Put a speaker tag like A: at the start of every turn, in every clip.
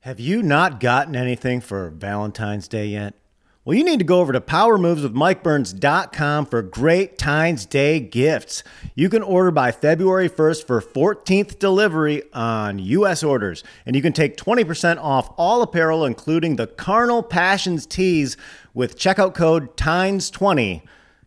A: Have you not gotten anything for Valentine's Day yet? Well, you need to go over to powermoveswithmikeburns.com for great Times Day gifts. You can order by February 1st for 14th delivery on U.S. orders, and you can take 20% off all apparel, including the Carnal Passions tees, with checkout code TIMES20,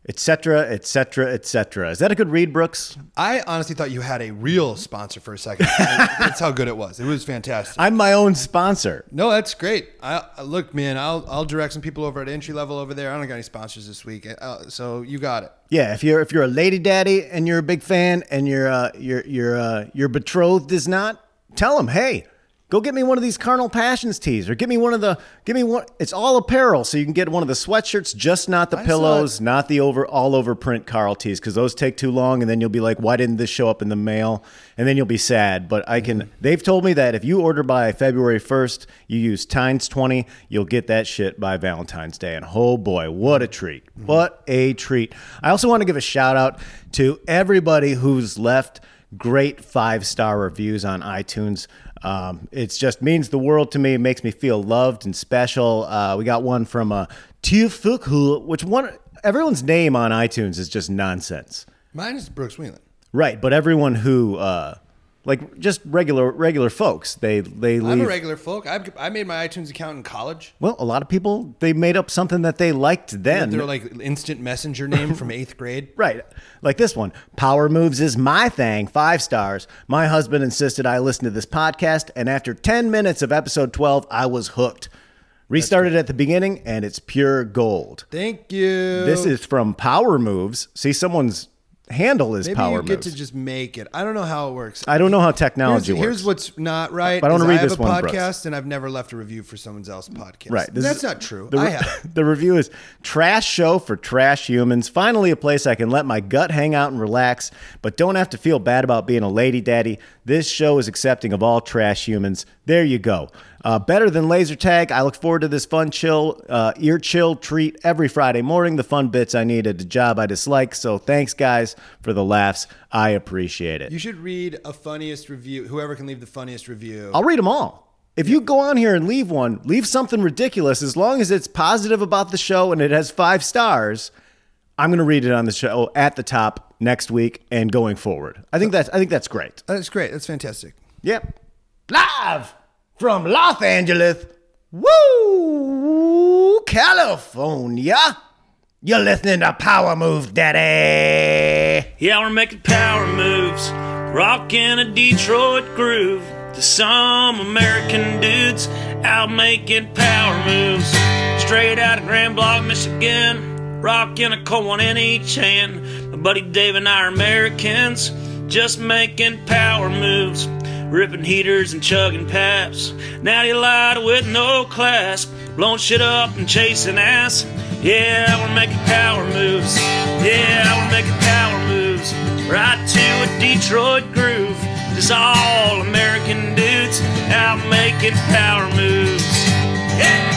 A: etc., etc., etc. Is that a good read, Brooks?
B: I honestly thought you had a real sponsor for a second. that's how good it was. It was fantastic.
A: I'm my own sponsor.
B: No, that's great. I I- look, man. I'll I'll direct some people over at entry level over there. I don't got any sponsors this week, uh, so you got it.
A: Yeah, if you're if you're a lady daddy and you're a big fan and your uh, your your uh, your betrothed is not, tell him, hey, go get me one of these carnal passions tees or get me one of the give me one. It's all apparel, so you can get one of the sweatshirts, just not the
B: saw
A: pillows, not the over all over print Carl tees, because those take too long, and then you'll be like, why didn't this show up in the mail? And then you'll be sad. But I can. They've told me that if you order by February first, you use times twenty, you'll get that shit by Valentine's Day. And oh boy, what a treat! What a treat! I also want to give a shout out to everybody who's left great five star reviews on iTunes. Um, it just means the world to me. It makes me feel loved and special. Uh, we got one from uh, Tufukhu, which one everyone's name on iTunes is just nonsense,
B: Mine is Brooks Wheelan.
A: right? But everyone who uh, like just regular regular folks, they they leave.
B: I'm a regular folk. I've, I made my iTunes account in college.
A: well, a lot of people they made up something that they liked then.
B: They're like instant messenger name from eighth grade.
A: Right. Like this one. Power Moves is my thing. Five stars. My husband insisted I listen to this podcast, and after 10 minutes of episode 12, I was hooked. Restarted at the beginning, and it's pure gold.
B: Thank you.
A: This is from Power Moves. See, someone's handle is
B: Maybe
A: Power
B: you get
A: Moves.
B: to just make it. I don't know how it works.
A: I don't know how
B: Here's,
A: technology works.
B: here's what's not right.
A: But I wanna
B: is
A: read
B: have
A: this
B: a
A: one,
B: podcast,
A: Brooks.
B: and I've never left a review for someone else's podcast.
A: Right. this
B: That's
A: is-
B: not true.
A: The,
B: I
A: re-
B: have.
A: the review is trash show for trash humans. Finally, a place I can let my gut hang out and relax, but don't have to feel bad about being a lady daddy. This show is accepting of all trash humans. There you go. Uh, better than laser tag. I look forward to this fun, chill, uh, ear chill treat every Friday morning. The fun bits I need at a job I dislike. So thanks, guys, for the laughs. I appreciate it.
B: You should read a funniest review. Whoever can leave the funniest review.
A: I'll read them all. If you go on here and leave one, leave something ridiculous. As long as it's positive about the show and it has five stars, I'm going to read it on the show at the top next week and going forward. I think that's I think that's great.
B: That's great. That's fantastic.
A: Yep. Live from Los Angeles, woo, California. You're listening to Power Move, Daddy.
C: Yeah, we're making power moves, rocking a Detroit groove to some American dudes out making power moves. Straight out of Grand Block, Michigan, rocking a coin in each hand. My buddy Dave and I are Americans, just making power moves, ripping heaters and chugging paps. Natty lied with no class, blowing shit up and chasing ass. Yeah, we're making power moves. Yeah, we're making power moves. Right to a Detroit groove. Just all American dudes out making power moves. Yeah.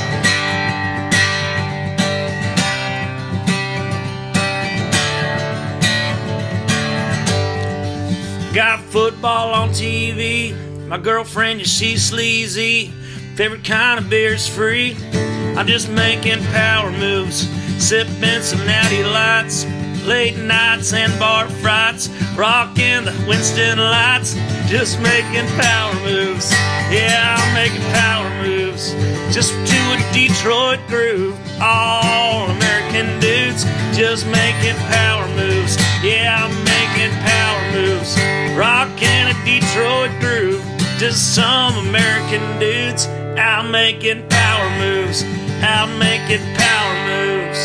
C: Got football on TV. My girlfriend, yeah, she's sleazy. Favorite kind of beer's free. I'm just making power moves, sipping some natty lights, late nights and bar frights, rocking the Winston lights, just making power moves. Yeah, I'm making power moves, just to a Detroit groove. All American dudes, just making power moves. Yeah, I'm making power moves, rocking a Detroit groove. Just some American dudes out making power moves, out making power moves.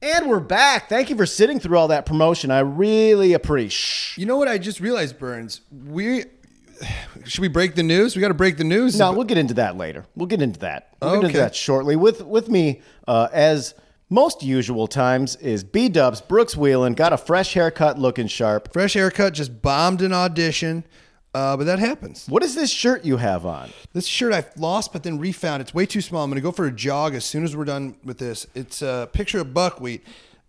A: And we're back. Thank you for sitting through all that promotion. I really appreciate.
B: You know what I just realized, Burns? We should we break the news? We got to break the news.
A: No, we'll get into that later. We'll get into that. We'll get into
B: Okay.
A: that shortly. With with me, uh, as most usual times, is B Dubs Brooks Wheelan got a fresh haircut, looking sharp.
B: Fresh haircut just bombed an audition, uh, but that happens.
A: What is this shirt you have on?
B: This shirt I lost, but then refound. It's way too small. I'm gonna go for a jog as soon as we're done with this. It's a picture of buckwheat,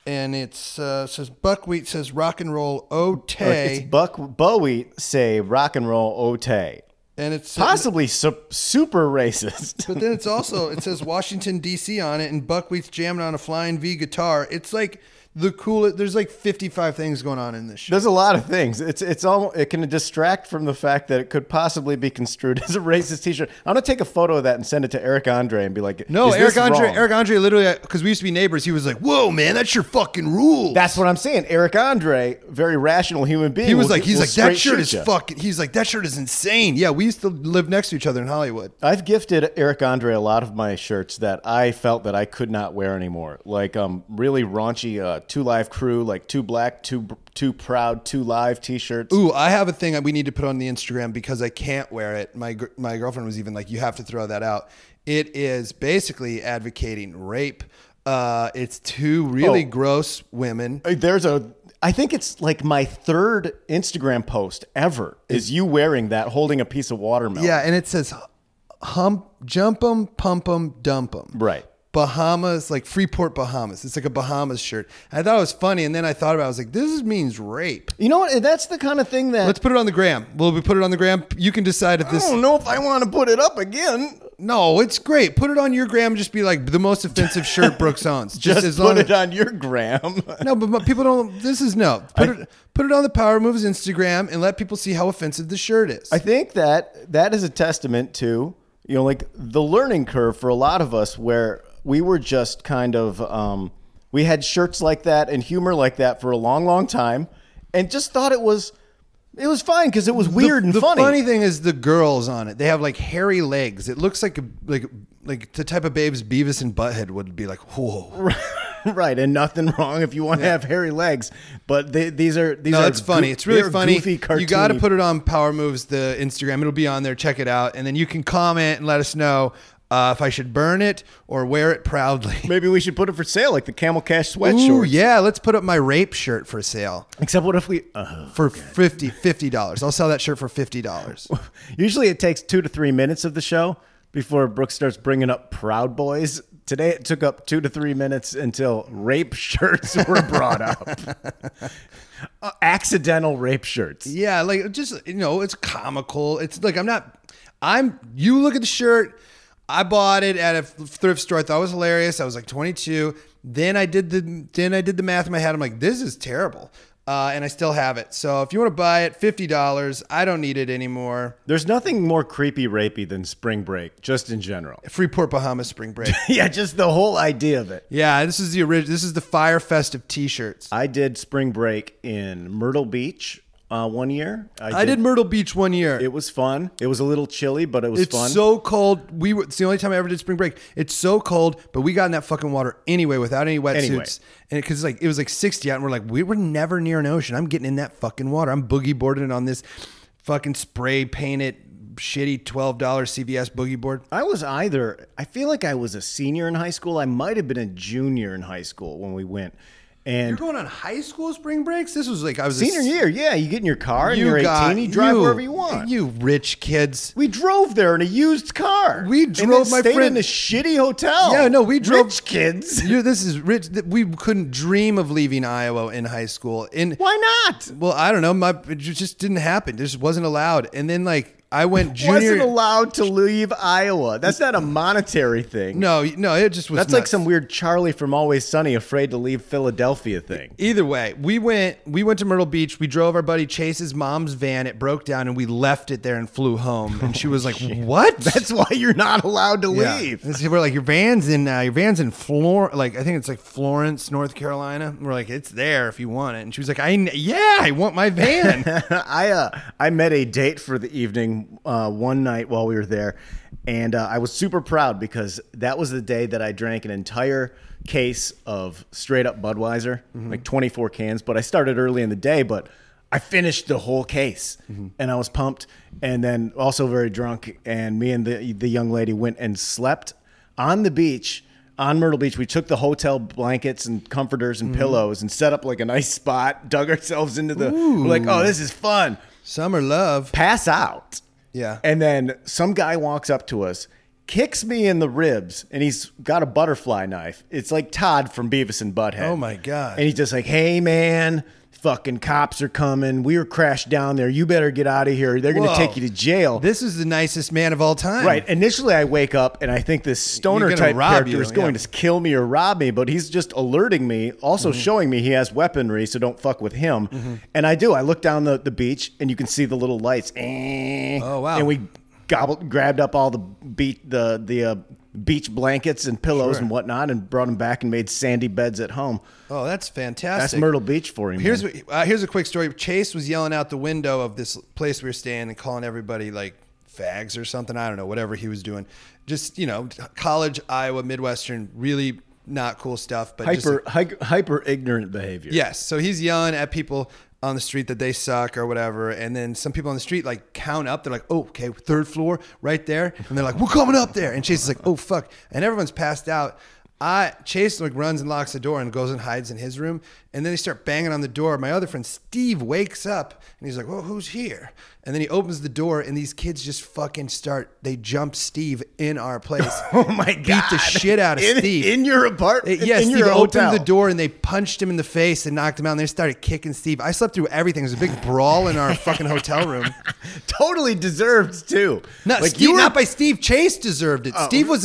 B: and it's uh, says buckwheat says rock and roll
A: It's
B: Otay,
A: Buck Bowie say rock and roll ote.
B: and it's
A: Possibly su- super racist.
B: But then it's also it says Washington D.C. on it, and Buckwheat's jamming on a flying V guitar. It's like the coolest. There's like 55 things going on in this show.
A: There's a lot of things. It's it's all it can distract from the fact that it could possibly be construed as a racist T-shirt. I'm gonna take a photo of that and send it to Eric Andre and be like,
B: No,
A: "Is this
B: Eric Andre,
A: wrong?"
B: Eric Andre, literally, because we used to be neighbors. He was like, "Whoa, man, that's your fucking rule."
A: That's what I'm saying. Eric Andre, very rational human being.
B: he was
A: will-
B: like, he's
A: will
B: like, that
A: straight
B: shirt
A: shoot
B: is
A: ya."
B: fucking. He's like, that shirt is insane. Yeah, we used to live next to each other in Hollywood.
A: I've gifted Eric Andre a lot of my shirts that I felt that I could not wear anymore. Like um really raunchy uh, two live crew, like two black, two two proud, two live T-shirts.
B: Ooh, I have a thing that we need to put on the Instagram because I can't wear it. My gr- my girlfriend was even like, "You have to throw that out." It is basically advocating rape. Uh, it's two really
A: Oh.
B: gross women.
A: Uh, There's a. I think it's like my third Instagram post ever is you wearing that, holding a piece of watermelon.
B: Yeah, and it says hump, jump 'em, pump 'em, dump 'em.
A: Right.
B: Bahamas, like Freeport, Bahamas. It's like a Bahamas shirt. I thought it was funny, and then I thought about it. I was like, this is- means rape.
A: You know what? And That's the kind of thing that.
B: Let's put it on the gram. Will we put it on the gram? You can decide if
A: I
B: this.
A: don't know if I want to put it up again.
B: No, it's great. Put it on your gram. and Just be like the most offensive shirt Brooks owns. Just,
A: Just
B: as
A: put
B: long
A: it
B: as
A: on your gram.
B: no, but my- people don't. This is no. Put it put it on the Power Moves Instagram and let people see how offensive the shirt is.
A: I think that that is a testament to you know like the learning curve for a lot of us where we were just kind of um, we had shirts like that and humor like that for a long long time and just thought it was it was fine because it was weird
B: the,
A: and
B: the
A: funny.
B: funny thing is the girls on it. They have like hairy legs. It looks like like like the type of babes Beavis and Butthead would be like. Whoa.
A: right, and nothing wrong if you want to have hairy legs, but they, these are these
B: No,
A: are
B: that's funny.
A: goo-
B: It's really
A: they're
B: funny.
A: Goofy,
B: you got to
A: cartoony.
B: put it on Power Moves the Instagram. It'll be on there. Check it out, and then you can comment and let us know uh, if I should burn it or wear it proudly.
A: Maybe we should put it for sale, like the Camel Cash sweat
B: Ooh,
A: shorts.
B: yeah, let's put up my rape shirt for sale
A: Except what if we?
B: uh-huh.
A: Uh,
B: for fifty fifty dollars. I'll sell that shirt for fifty dollars.
A: usually it takes two to three minutes of the show before Brooke starts bringing up Proud Boys. Today it took up two to three minutes until rape shirts were brought up. Uh, accidental rape shirts.
B: Yeah, like just you know, it's comical. It's like I'm not. I'm. You look at the shirt. I bought it at a thrift store. I thought it was hilarious. I was like 22. Then I did the then I did the math in my head. I'm like, this is terrible. Uh, and I still have it. So if you want to buy it, fifty dollars. I don't need it anymore.
A: There's nothing more creepy rapey than spring break, just in general.
B: Freeport, Bahamas, spring break.
A: yeah, just the whole idea of it.
B: yeah, this is the original. This is the Fire Fest of T-shirts.
A: I did spring break in Myrtle Beach uh, one year.
B: I did Myrtle Beach one year.
A: It was fun. It was a little chilly, but it was
B: It's
A: fun.
B: so cold. We were, it's the only time I ever did spring break. It's so cold, but we got in that fucking water anyway without any wetsuits.
A: Anyway.
B: And because like it was like 60 out, and we're like, we were never near an ocean. I'm getting in that fucking water. I'm boogie boarding on this fucking spray painted shitty $12 CVS boogie board.
A: I was either, I feel like I was a senior in high school. I might have been a junior in high school when we went.
B: You're
A: And
B: going on high school spring breaks? This was like I was
A: senior
B: a,
A: year, yeah, you get in your car and
B: You
A: you are
B: got
A: 18, you drive
B: you-
A: wherever you want.
B: You rich kids.
A: we drove there in a used car.
B: We
A: And then
B: drove, my
A: stayed
B: friend-
A: in a shitty hotel.
B: Yeah, no, we drove-
A: Rich kids.
B: You, this is rich. We couldn't dream of leaving Iowa in high school. In
A: Why not?
B: Well, I don't know. My it ju- just didn't happen. This wasn't allowed. And then like I went junior.
A: Wasn't allowed to leave Iowa. That's not a monetary thing.
B: no, no, it just was.
A: That's like
B: nuts.
A: some weird Charlie from Always Sunny afraid to leave Philadelphia thing.
B: Either way, we went. We went to Myrtle Beach. We drove our buddy Chase's mom's van. It broke down, and we left it there and flew home. And she was like, "What?"
A: That's why you're not allowed to
B: Yeah.
A: leave.
B: And so we're like, "Your van's in. Uh, your van's in Flor. Like I think it's like Florence, North Carolina." And we're like, "It's there if you want it." And she was like, "I kn- yeah, I want my van."
A: I uh, I met a date for the evening uh, one night while we were there, and uh, I was super proud because that was the day that I drank an entire case of straight up Budweiser, like 24 cans. But I started early in the day, but I finished the whole case, and I was pumped, and then also very drunk. And me and the the young lady went and slept on the beach. On Myrtle Beach, we took the hotel blankets and comforters
B: Mm.
A: and pillows and set up like a nice spot, dug ourselves into the, we're like, oh, this is fun
B: Summer love.
A: pass out.
B: Yeah.
A: And then some guy walks up to us, kicks me in the ribs, and he's got a butterfly knife. It's like Todd from Beavis and Butthead.
B: Oh my God.
A: And he's just like, "Hey man, fucking cops are coming. We were crashed down there. You better get out of here. They're going to
B: Whoa.
A: take you to jail."
B: This is the nicest man of all time.
A: Right. Initially, I wake up and I think this stoner
B: You're gonna
A: type
B: rob
A: character
B: you,
A: is going
B: yeah.
A: to kill me or rob me, but he's just alerting me, also
B: Mm-hmm.
A: showing me he has weaponry, so don't fuck with him. And I do. I look down the, the beach and you can see the little lights. Oh
B: wow.
A: And we gobbled, grabbed up all the beat the the uh, beach blankets and pillows and whatnot, and brought them back and made sandy beds at home.
B: Oh, that's fantastic.
A: That's Myrtle Beach for him.
B: Here's what, uh, here's a quick story. Chase was yelling out the window of this place we were staying and calling everybody like fags or something. I don't know, whatever he was doing. Just you know, college Iowa Midwestern, really not cool stuff. But just,
A: hyper hy- hyper ignorant behavior.
B: yes, so he's yelling at people on the street that they suck or whatever, and then some people on the street like count up. They're like, "Oh, okay, third floor, right there," and they're like, "We're coming up there." And Chase is like, "Oh fuck," and everyone's passed out. I Chase like runs and locks the door and goes and hides in his room, and then they start banging on the door. My other friend Steve wakes up and he's like, "Well, who's here?" And then he opens the door, and these kids just fucking start. They jump Steve in our place.
A: Oh my god!
B: Beat the shit out of
A: in,
B: Steve Eh,
A: in your apartment.
B: Yes, yeah,
A: in
B: Steve
A: your
B: opened
A: hotel.
B: the door and they punched him in the face and knocked him out. And they started kicking Steve. I slept through everything. There was a big brawl in our fucking hotel room.
A: totally deserved too.
B: Not,
A: Like, Oh.
B: Steve, not by Steve. Chase deserved it. Steve was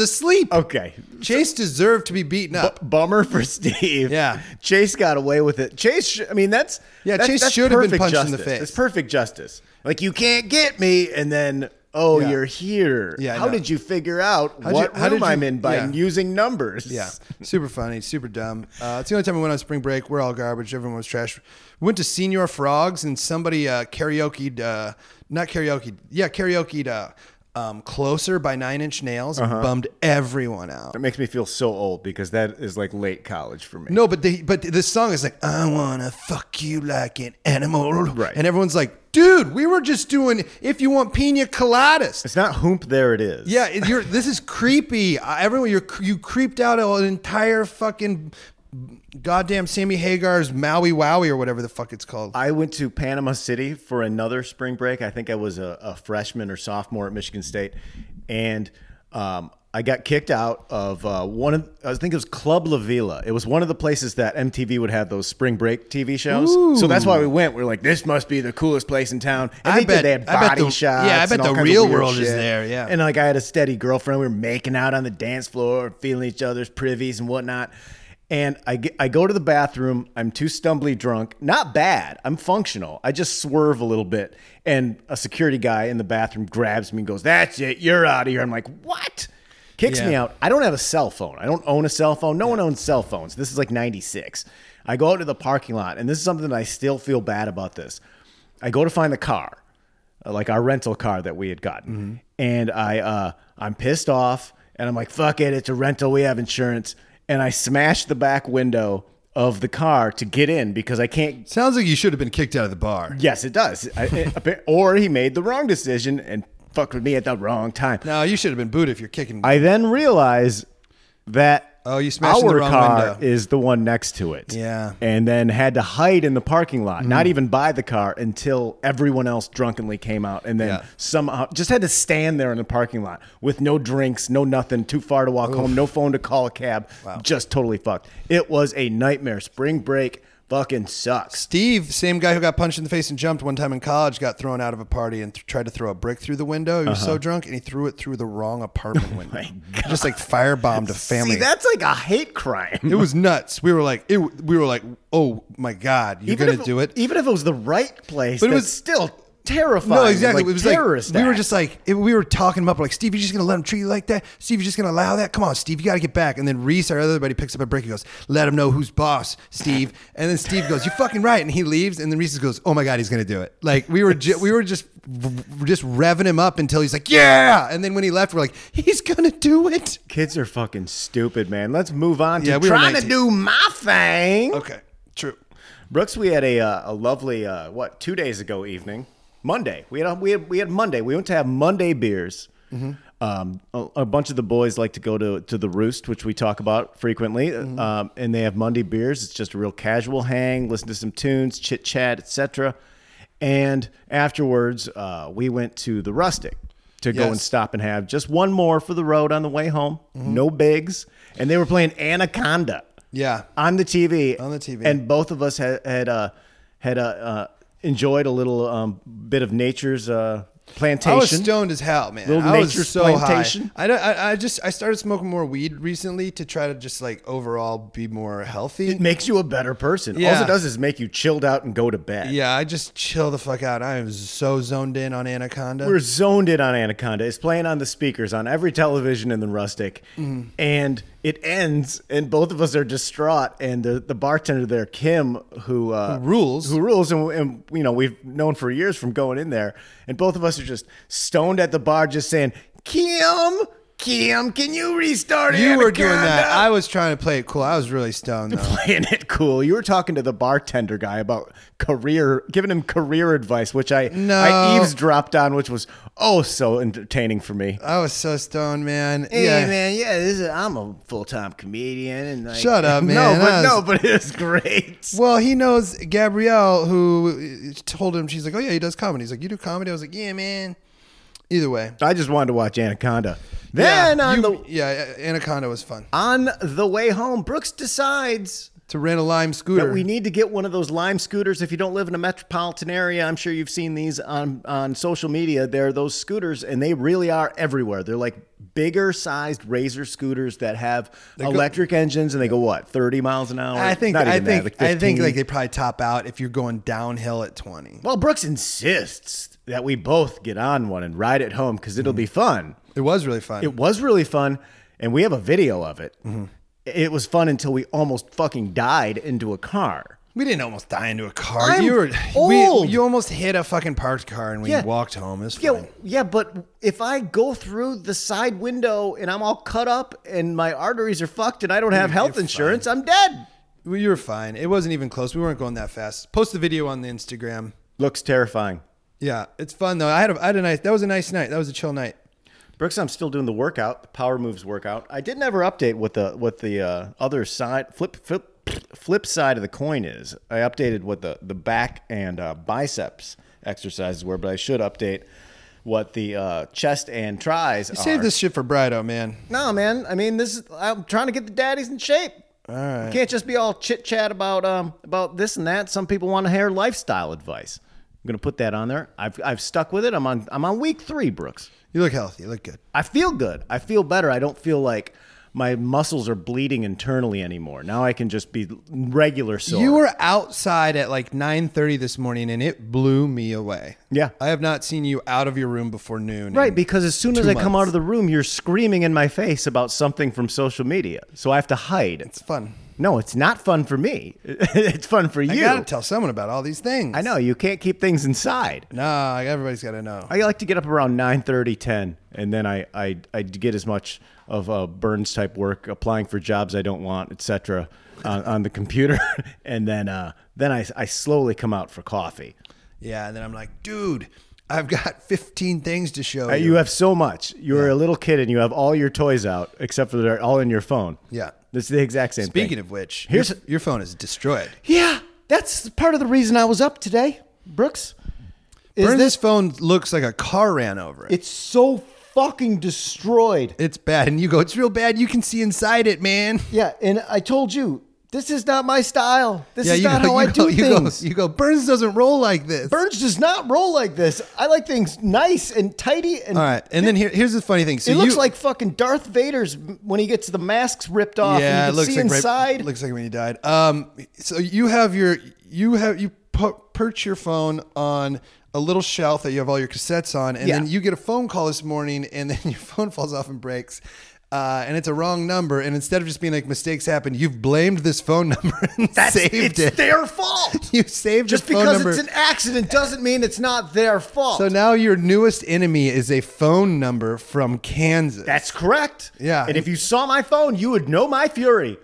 B: asleep.
A: okay.
B: Chase deserved to be beaten up.
A: Bummer for Steve.
B: Yeah.
A: Chase got away with it. Chase, sh- I mean, that's
B: Yeah,
A: that's-
B: Chase
A: that's
B: should have been
A: perfect
B: punched in
A: justice.
B: the face.
A: It's perfect justice. Like you can't get me, and then oh,
B: Yeah.
A: you're here.
B: Yeah, I
A: How
B: know.
A: did you figure out
B: How'd
A: what
B: you- how
A: room
B: did you-
A: I'm in by
B: yeah.
A: using numbers?
B: Yeah, super funny, super dumb. Uh, it's the only time we went on spring break. We're all garbage. Everyone was trash. We went to Senior Frogs and somebody uh, karaoke'd, uh, not karaoke, yeah, karaoke'd uh, um, Closer by Nine Inch Nails
A: Uh-huh.
B: and bummed everyone out.
A: It makes me feel so old because that is like late college for me.
B: No, but the but this song is like I wanna fuck you like an animal,
A: Right.
B: And everyone's like, dude, we were just doing if you want pina coladas.
A: It's not hoomp. There it is.
B: Yeah, it- you're, this is creepy. Uh, Everyone, you're you creeped out an entire fucking goddamn Sammy Hagar's Maui Wowie or whatever the fuck it's called.
A: I went to Panama City for another spring break. I think I was a, a freshman or sophomore at Michigan State, and um, I got kicked out of uh, one of. I think it was Club La Villa. It was one of the places that MTV would have those spring break TV shows. So that's why we went. We are like, this must be the coolest place in town. And they
B: I
A: did-
B: bet-
A: they had
B: I bet
A: body
B: the-
A: shots.
B: yeah, I
A: and
B: bet
A: all
B: the
A: kinds of
B: real
A: weird
B: world is
A: shit.
B: there, yeah.
A: and like I had a steady girlfriend. We were making out on the dance floor, feeling each other's privies and whatnot. And I, get, I go to the bathroom. I'm too stumbly drunk. Not bad. I'm functional. I just swerve a little bit. And a security guy in the bathroom grabs me and goes, That's it. You're out of here. I'm like, What? Kicks me
B: Yeah.
A: out. I don't have a cell phone. I don't own a cell phone. No one owns cell phones. This is like 96. I go out to the parking lot. And this is something that I still feel bad about this. I go to find the car uh, like our rental car that we had gotten. And I uh I'm pissed off and I'm like, fuck it, it's a rental, we have insurance. And I smashed the back window of the car to get in because I can't
B: Sounds like you should have been kicked out of the bar.
A: Yes, it does. I, it- appa- or he made the wrong decision and fucked with me at the wrong time.
B: No, you should have been booted if you're kicking.
A: I then realize that
B: Oh, you smashed in the
A: our
B: wrong
A: car
B: window.
A: is the one next to it.
B: Yeah. Mm.
A: And then had to hide in the parking lot, not even by the car until everyone else drunkenly came out and then
B: Yeah.
A: somehow just had to stand there in the parking lot with no drinks, no nothing, too far to walk home, no phone to call a cab, just totally fucked. It was a nightmare. Spring break fucking sucks.
B: Steve, same guy who got punched in the face and jumped one time in college, got thrown out of a party and th- tried to throw a brick through the window. He was
A: Uh-huh.
B: so drunk and he threw it through the wrong apartment window. Just like firebombed a family.
A: Oh See, that's like a hate crime.
B: it was nuts. We were like, it, we were like, oh my god, you're gonna
A: if,
B: do it.
A: Even if it was the right place,
B: But it
A: that's
B: was-
A: still terrifying.
B: No, exactly.
A: Like
B: it was
A: terrorist
B: like we were
A: act.
B: just like it, we were talking him up. Like Steve, you're just gonna let him treat you like that. Steve, you're just gonna allow that. Come on, Steve, you gotta get back. And then Reese, our other buddy, picks up a brick. He goes, "Let him know who's boss, Steve." And then Steve goes, "You're fucking right." And he leaves. And then Reese goes, "Oh my god, he's gonna do it." Like we were ju- we were just just revving him up until he's like, "Yeah." And then when he left, we're like, "He's gonna do it."
A: Kids are fucking stupid, man. Let's move on to
B: Yeah, we were
A: trying to
B: 19.
A: do my thing.
B: Okay, true.
A: Brooks, we had a uh, a lovely uh, what two days ago evening, Monday. We had a, we had we had Monday. We went to have Monday beers.
B: Mm-hmm.
A: Um, a, a bunch of the boys like to go to to the Roost, which we talk about frequently,
B: Mm-hmm.
A: um, and they have Monday beers. It's just a real casual hang, listen to some tunes, chit chat, etc. And afterwards, uh, we went to the Rustic to go
B: Yes. Mm-hmm.
A: and stop and have just one more for the road on the way home. No bigs, and they were playing Anaconda
B: Yeah.
A: on the TV.
B: On the TV.
A: and both of us had had uh, had uh, uh, enjoyed a little um, bit of nature's uh, plantation.
B: I was stoned as hell, man.
A: Little
B: I was
A: nature's
B: so
A: plantation.
B: high. I, don't- I I just I started smoking more weed recently to try to just like overall be more healthy.
A: It makes you a better person. All
B: Yeah.
A: it does is make you chilled out and go to bed.
B: yeah, I just chill the fuck out. I am so zoned in on Anaconda.
A: We're zoned in on Anaconda. It's playing on the speakers on every television in the rustic,
B: Mm-hmm.
A: and it ends, and both of us are distraught. And the, the bartender there, Kim, who, uh,
B: Who rules.
A: who rules, and, and you know we've known for years from going in there, and both of us are just stoned at the bar, just saying, "Kim, Kim, can you restart?"
B: you were doing that.
A: Anaconda?"
B: I was trying to play it cool. I was really stoned though.
A: playing it cool. You were talking to the bartender guy about career, giving him career advice, which I
B: No.
A: I eavesdropped on, which was oh so entertaining for me.
B: I was so stoned, man.
A: Hey
B: yeah.
A: man, yeah, this is, I'm a full time comedian and like,
B: Shut up, man.
A: No, but
B: I was-
A: no, but it's great.
B: Well, he knows Gabrielle, who uh, told him, she's like, oh, yeah, he does comedy. He's like, you do comedy? I was like, yeah, man. Either way.
A: I just wanted to watch Anaconda. Then
B: yeah,
A: on
B: you-
A: the
B: yeah, Anaconda was fun.
A: on the way home, Brooks decides
B: To rent a lime scooter.
A: that we need to get one of those lime scooters. If you don't live in a metropolitan area, I'm sure you've seen these on on social media. They're those scooters, and they really are everywhere. They're like bigger sized razor scooters that have electric engines, and they go what 30 miles an hour.
B: I think
A: Not
B: I
A: even that,
B: think
A: like
B: I think
A: 15.
B: like they probably top out if you're going downhill at 20.
A: Well, Brooks insists that we both get on one and ride it home because it'll be fun.
B: It was really fun.
A: It was really fun, and we have a video of it. It was fun until we almost fucking died into a car.
B: we didn't almost die into a car.
A: I'm
B: you were
A: old.
B: We, you almost hit a fucking parked car and we
A: Yeah.
B: walked home. It was
A: Yeah,
B: fine.
A: yeah, but if I go through the side window and I'm all cut up and my arteries are fucked and I don't have health insurance, I'm dead.
B: We you were fine. It wasn't even close. We weren't going that fast. Post the video on the Instagram.
A: Looks terrifying.
B: Yeah, it's fun though. I had a, I had a nice. That was a nice night. That was a chill night.
A: Brooks, I'm still doing the workout, the power moves workout. I did never update what the what the uh, other side flip flip flip side of the coin is. I updated what the the back and uh, biceps exercises were, but I should update what the uh, chest and tries. You
B: Save this shit for Brido, man.
A: No, man. I mean, this is I'm trying to get the daddies in shape. All right. Can't just be all chit chat about um about this and that. Some people want to hear lifestyle advice. I'm gonna put that on there. I've I've stuck with it. I'm on I'm on week three, Brooks.
B: You look healthy. You look good.
A: I feel good. I feel better. I don't feel like my muscles are bleeding internally anymore. Now I can just be regular sore.
B: You were outside at like 9:30 this morning and it blew me away.
A: Yeah.
B: I have not seen you out of your room before noon.
A: right
B: And
A: because as soon as
B: two
A: I come
B: months.
A: out of the room, you're screaming in my face about something from social media. So I have to hide.
B: it's fun.
A: no, it's not fun for me. it's fun for
B: You
A: you.
B: gotta tell someone about all these things.
A: I know you can't keep things inside.
B: Nah, everybody's gotta know.
A: I like to get up around 9:30, 10, and then I I I get as much of uh, Burns type work, applying for jobs I don't want, etc., on, on the computer, and then uh, then I I slowly come out for coffee.
B: yeah, and then I'm like, dude, I've got 15 things to show
A: Uh,
B: you.
A: You have so much. You're a little kid and you have all your toys out, except for they're all in your phone.
B: Yeah.
A: it's the exact same.
B: Speaking
A: thing.
B: of which,
A: Here's-
B: your, your phone is destroyed.
A: yeah, that's part of the reason I was up today, Brooks. Is
B: Burns'
A: this?
B: phone looks like a car ran over it.
A: It's so fucking destroyed.
B: It's bad. And you go, it's real bad. You can see inside it, man.
A: Yeah, and I told you this is not my style. This is
B: you
A: not
B: go,
A: how I
B: you go,
A: do
B: you go-
A: things.
B: you go, Burns doesn't roll like this.
A: Burns does not roll like this. I like things nice and tidy, and
B: All right. And then here, here's the funny thing. So
A: it
B: you,
A: looks like fucking Darth Vader's when he gets the masks ripped off.
B: yeah,
A: and
B: it
A: you can
B: looks
A: see
B: like right-
A: inside.
B: looks like when you died. Um, so you have your you have you pu- perch your phone on a little shelf that you have all your cassettes on, and
A: Yeah.
B: then you get a phone call this morning, and then your phone falls off and breaks. Uh, and it's a wrong number. And instead of just being like mistakes happen, you've blamed this phone number and saved
A: it's
B: it.
A: their fault.
B: You saved
A: Just
B: your phone
A: because
B: number.
A: it's an accident doesn't mean it's not their fault.
B: so now your newest enemy is a phone number from Kansas.
A: That's correct.
B: Yeah.
A: And if you saw my phone, you would know my fury.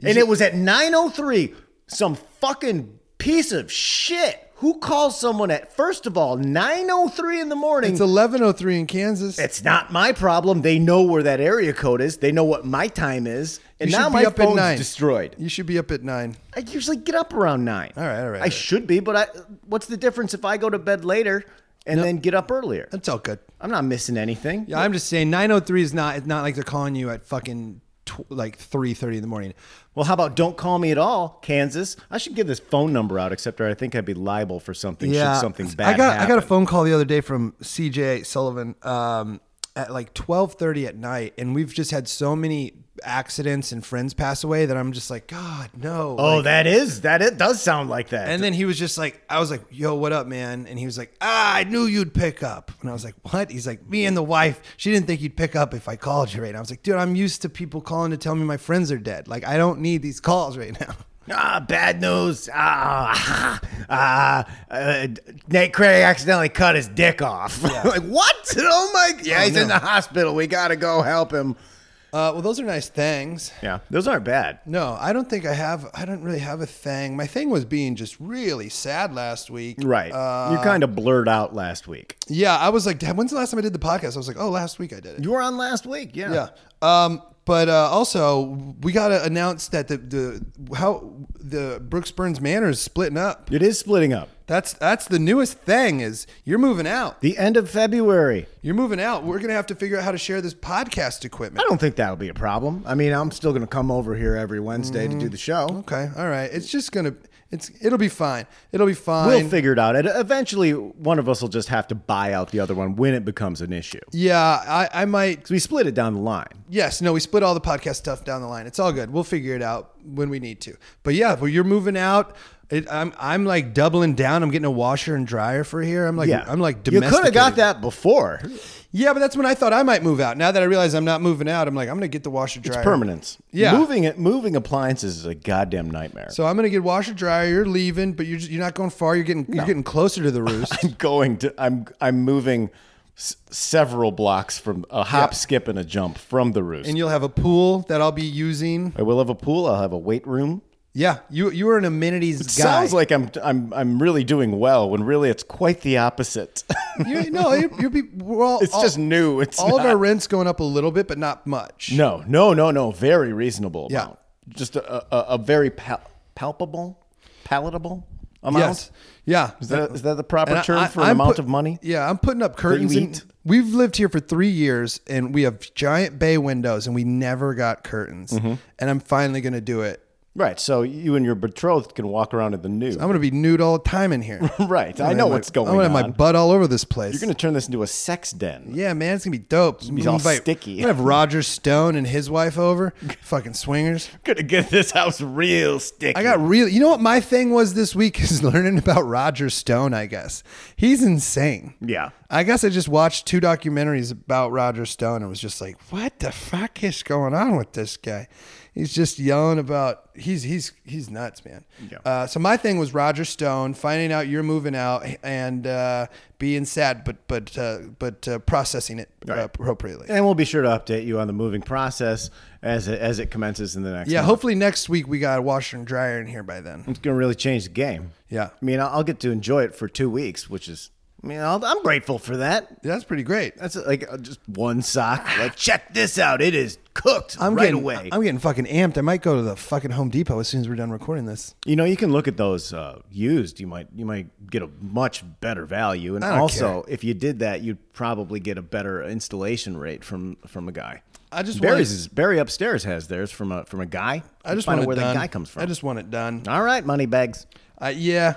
A: And it was at 903. Some fucking piece of shit. Who calls someone at first of all 903 in the morning?
B: it's 11:03 in Kansas.
A: it's not my problem. They know where that area code is. They know what my time is. And
B: You should
A: now
B: be
A: my
B: up at
A: phone's
B: nine.
A: destroyed.
B: You should be up at nine.
A: I usually get up around nine.
B: All right, all right, all
A: I
B: right.
A: should be, but I, what's the difference if I go to bed later and then get up earlier.
B: That's all good.
A: I'm not missing anything.
B: Yeah, I'm just saying 903 is not it's not like they're calling you at fucking tw- like 3:30 in the morning.
A: Well, how about don't call me at all, Kansas? I should give this phone number out, except I think I'd be liable for something should something bad
B: I got I got a
A: happen.
B: phone call the other day from CJ Sullivan um, at like 12:30 at night and we've just had so many accidents and friends pass away that I'm just like god no.
A: Oh,
B: Like,
A: that is that. It does sound like that.
B: and then he was just like, I was like, yo, what up, man? And he was like, ah, I knew you'd pick up. And I was like, what? He's like, me and the wife, she didn't think you'd pick up if I called you right now. I was like, dude, I'm used to people calling to tell me my friends are dead. Like, I don't need these calls right now.
A: ah, bad news. Ah, ah, uh, Nate Cray accidentally cut his dick off. like what? Oh my! Yeah,
B: Oh,
A: he's in
B: no.
A: the hospital. We gotta go help him.
B: Uh, well, those are nice things.
A: Yeah, those aren't bad.
B: No, I don't think I have, I don't really have a thing. My thing was being just really sad last week.
A: Right.
B: Uh,
A: you kind of blurred out last week.
B: yeah. I was like, "Damn, when's the last time I did the podcast? I was like, oh, last week I did it.
A: You were on last week. Yeah.
B: Yeah. Um, but uh, also, we got to announce that the, the how the Brooks Burns Manor is splitting up.
A: It is splitting up.
B: That's that's the newest thing is you're moving out.
A: The end of February.
B: You're moving out. We're gonna have to figure out how to share this podcast
A: I
B: equipment.
A: don't think that'll be a problem. I mean, I'm still going to come over here every Wednesday to do the show.
B: Mm-hmm. Okay. All right. It's just gonna. It's it'll be fine. It'll be fine.
A: We'll figure it out. And eventually, one of us will just have to buy out the other one when it becomes an issue.
B: yeah. I I might.
A: So we split it down the line.
B: Yes. No. We split all the podcast stuff down the line. It's all good. We'll figure it out when we need to. But yeah, well, you're moving out. It, I'm I'm like doubling down. I'm getting a washer and dryer for here. I'm like
A: Yeah,
B: I'm like
A: you could have got
B: domesticated.
A: that before.
B: Yeah, but that's when I thought I might move out. Now that I realize I'm not moving out, I'm like, I'm gonna get the washer dryer.
A: It's permanence.
B: Yeah.
A: moving it, moving appliances is a goddamn nightmare.
B: So I'm gonna get washer dryer. You're leaving, but you're just, you're not going far. You're getting you're getting closer to the roost.
A: I'm going to. I'm I'm moving s- several blocks from a hop, skip, and a jump from the roost.
B: and you'll have a pool that I'll be using.
A: I will have a pool. I'll have a weight room.
B: Yeah, you you are an amenities guy.
A: Sounds like I'm I'm I'm really doing well when really it's quite the opposite.
B: you, no, you, you'll be. We're all,
A: It's
B: all-
A: just new. It's
B: all of
A: not-
B: our rents going up a little bit, but not much.
A: no, no, no, no. Very reasonable.
B: Yeah.
A: Amount. Just a, a, a very pal- palpable, palatable amount.
B: Yes. Yeah.
A: Is that is that the proper
B: And I-
A: term
B: I-
A: for an
B: I'm
A: amount
B: put-
A: of money?
B: Yeah, I'm putting up curtains. and-
A: eat?
B: we've lived here for three years, and we have giant bay windows, and we never got curtains.
A: Mm-hmm.
B: And I'm finally gonna do it.
A: Right. So you and your betrothed can walk around in the new.
B: I'm gonna be nude all the time in here.
A: right. I know
B: I'm
A: what's
B: like-
A: going
B: I'm gonna have
A: on.
B: my butt all over this place.
A: You're going to turn this into a sex den.
B: yeah, man, it's gonna be dope. He's
A: all sticky.
B: I'm gonna have Roger Stone and his wife over. Fucking swingers.
A: Going to get this house real sticky.
B: I got real. You know what my thing was this week is learning about Roger Stone. I guess he's insane.
A: Yeah.
B: I guess I just watched two documentaries about Roger Stone and was just like, what the fuck is going on with this guy? He's just yelling about he's he's he's nuts, man.
A: Yeah.
B: Uh, so my thing was Roger Stone finding out you're moving out and uh, being sad, but but uh, but uh, processing it uh, appropriately.
A: And we'll be sure to update you on the moving process as it, as it commences in the next.
B: Yeah,
A: month.
B: hopefully next week we got a washer and dryer in here by then.
A: It's going to really change the game.
B: Yeah.
A: I mean, I'll I'll get to enjoy it for two weeks, which is, I mean, I'll, I'm grateful for that.
B: That's pretty great.
A: That's like uh, just one sock. Like, check this out. It is cooked
B: I'm
A: right
B: getting,
A: away.
B: I'm getting fucking amped. I might go to the fucking Home Depot as soon as we're done recording this.
A: you know, you can look at those uh, used. You might you might get a much better value, and
B: I don't
A: also if you did that, you'd probably get a better installation rate from from a guy.
B: I just wanna-
A: Barry's is, Barry upstairs has theirs from a from a guy.
B: I just
A: find
B: want
A: out
B: it
A: where
B: done.
A: that guy comes from.
B: I just want it done.
A: all right, money bags.
B: Uh, yeah,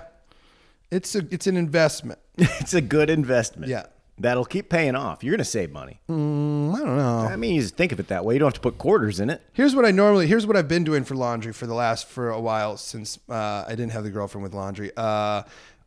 B: it's a it's an investment.
A: it's a good investment.
B: Yeah. Mm,
A: That'll keep paying off. You're going to save money.
B: I don't know.
A: I mean, you just think of it that way. You don't have to put quarters in it.
B: Here's what I normally here's what I've been doing for laundry for the last for a while since uh, I didn't have the girlfriend with laundry. Uh,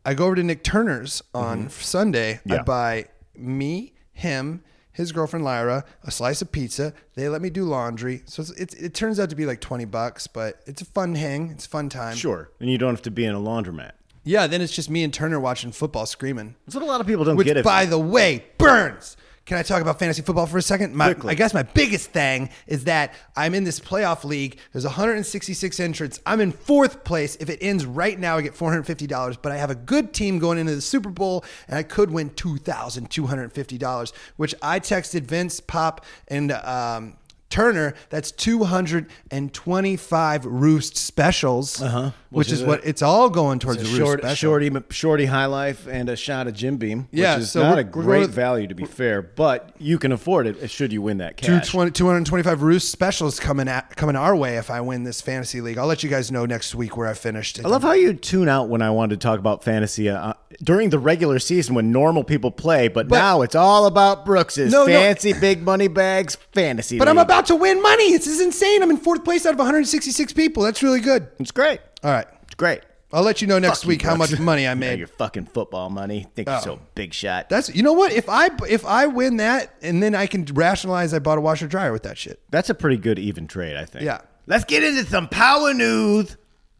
B: I go over to Nick Turner's on Sunday. I
A: Mm-hmm. Yeah.
B: buy me him. His girlfriend Lyra, a slice of pizza. They let me do laundry, so it's, it's, it turns out to be like twenty bucks, but it's a fun hang. It's a fun time.
A: Sure. And you don't have to be in a laundromat.
B: Yeah. Then it's just me and Turner watching football, screaming.
A: That's what a lot of people don't
B: Which,
A: get. If,
B: by the way, Burns. Can I talk about fantasy football for a second? My,
A: Quickly.
B: I guess my biggest thing is that I'm in this playoff league. There's 166 entrants. I'm in fourth place. If it ends right now, I get $450. But I have a good team going into the Super Bowl, and I could win $2,250, which I texted Vince, Pop, and um, Turner, that's 225 Roost specials, uh-huh. which, is, what it's all going towards the Roost
A: Short,
B: special.
A: shorty, shorty high life and a shot of Jim Beam,
B: Yeah,
A: which is
B: so
A: not
B: we're-
A: a
B: we're
A: great
B: going-
A: value to be fair, but you can afford it uh, should you win that cash.
B: 220 225 Roost specials coming at, coming our way if I win this fantasy league. I'll let you guys know next week where I finished.
A: I love how you tune out when I wanted to talk about fantasy uh, during the regular season when normal people play, but, now it's all about Brooks's
B: No, no.
A: fancy big money bags fantasy.
B: but I'm
A: league.
B: about to win money. This is insane. I'm in fourth place out of 166 people. That's really good.
A: It's great.
B: All right.
A: It's great.
B: I'll let you know next
A: Fuck you,
B: week how
A: Brooks.
B: much money I
A: You know,
B: made. Oh.
A: your fucking football money. Think you're so big shot.
B: That's you know what if I if I win that and then I can rationalize I bought a washer dryer with that shit.
A: That's a pretty good even trade, I think.
B: Yeah.
A: Let's get into some power news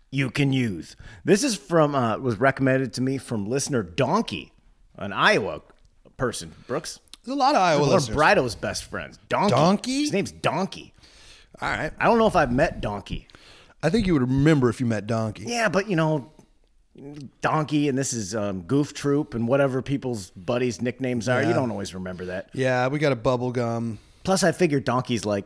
A: you can use. This is from uh, was recommended to me from listener Donkey, an Iowa person. Brooks,
B: There's a lot of Iowa
A: one of
B: listeners.
A: Brido's best friends. Donkey.
B: Donkey?
A: His name's Donkey.
B: All right,
A: I don't know if I've met Donkey.
B: I think you would remember if you met Donkey.
A: Yeah, but you know, Donkey and this is um, Goof Troop and whatever people's buddies' nicknames are. You don't always remember that.
B: Yeah, we got a bubble gum.
A: Plus, I figure Donkey's like,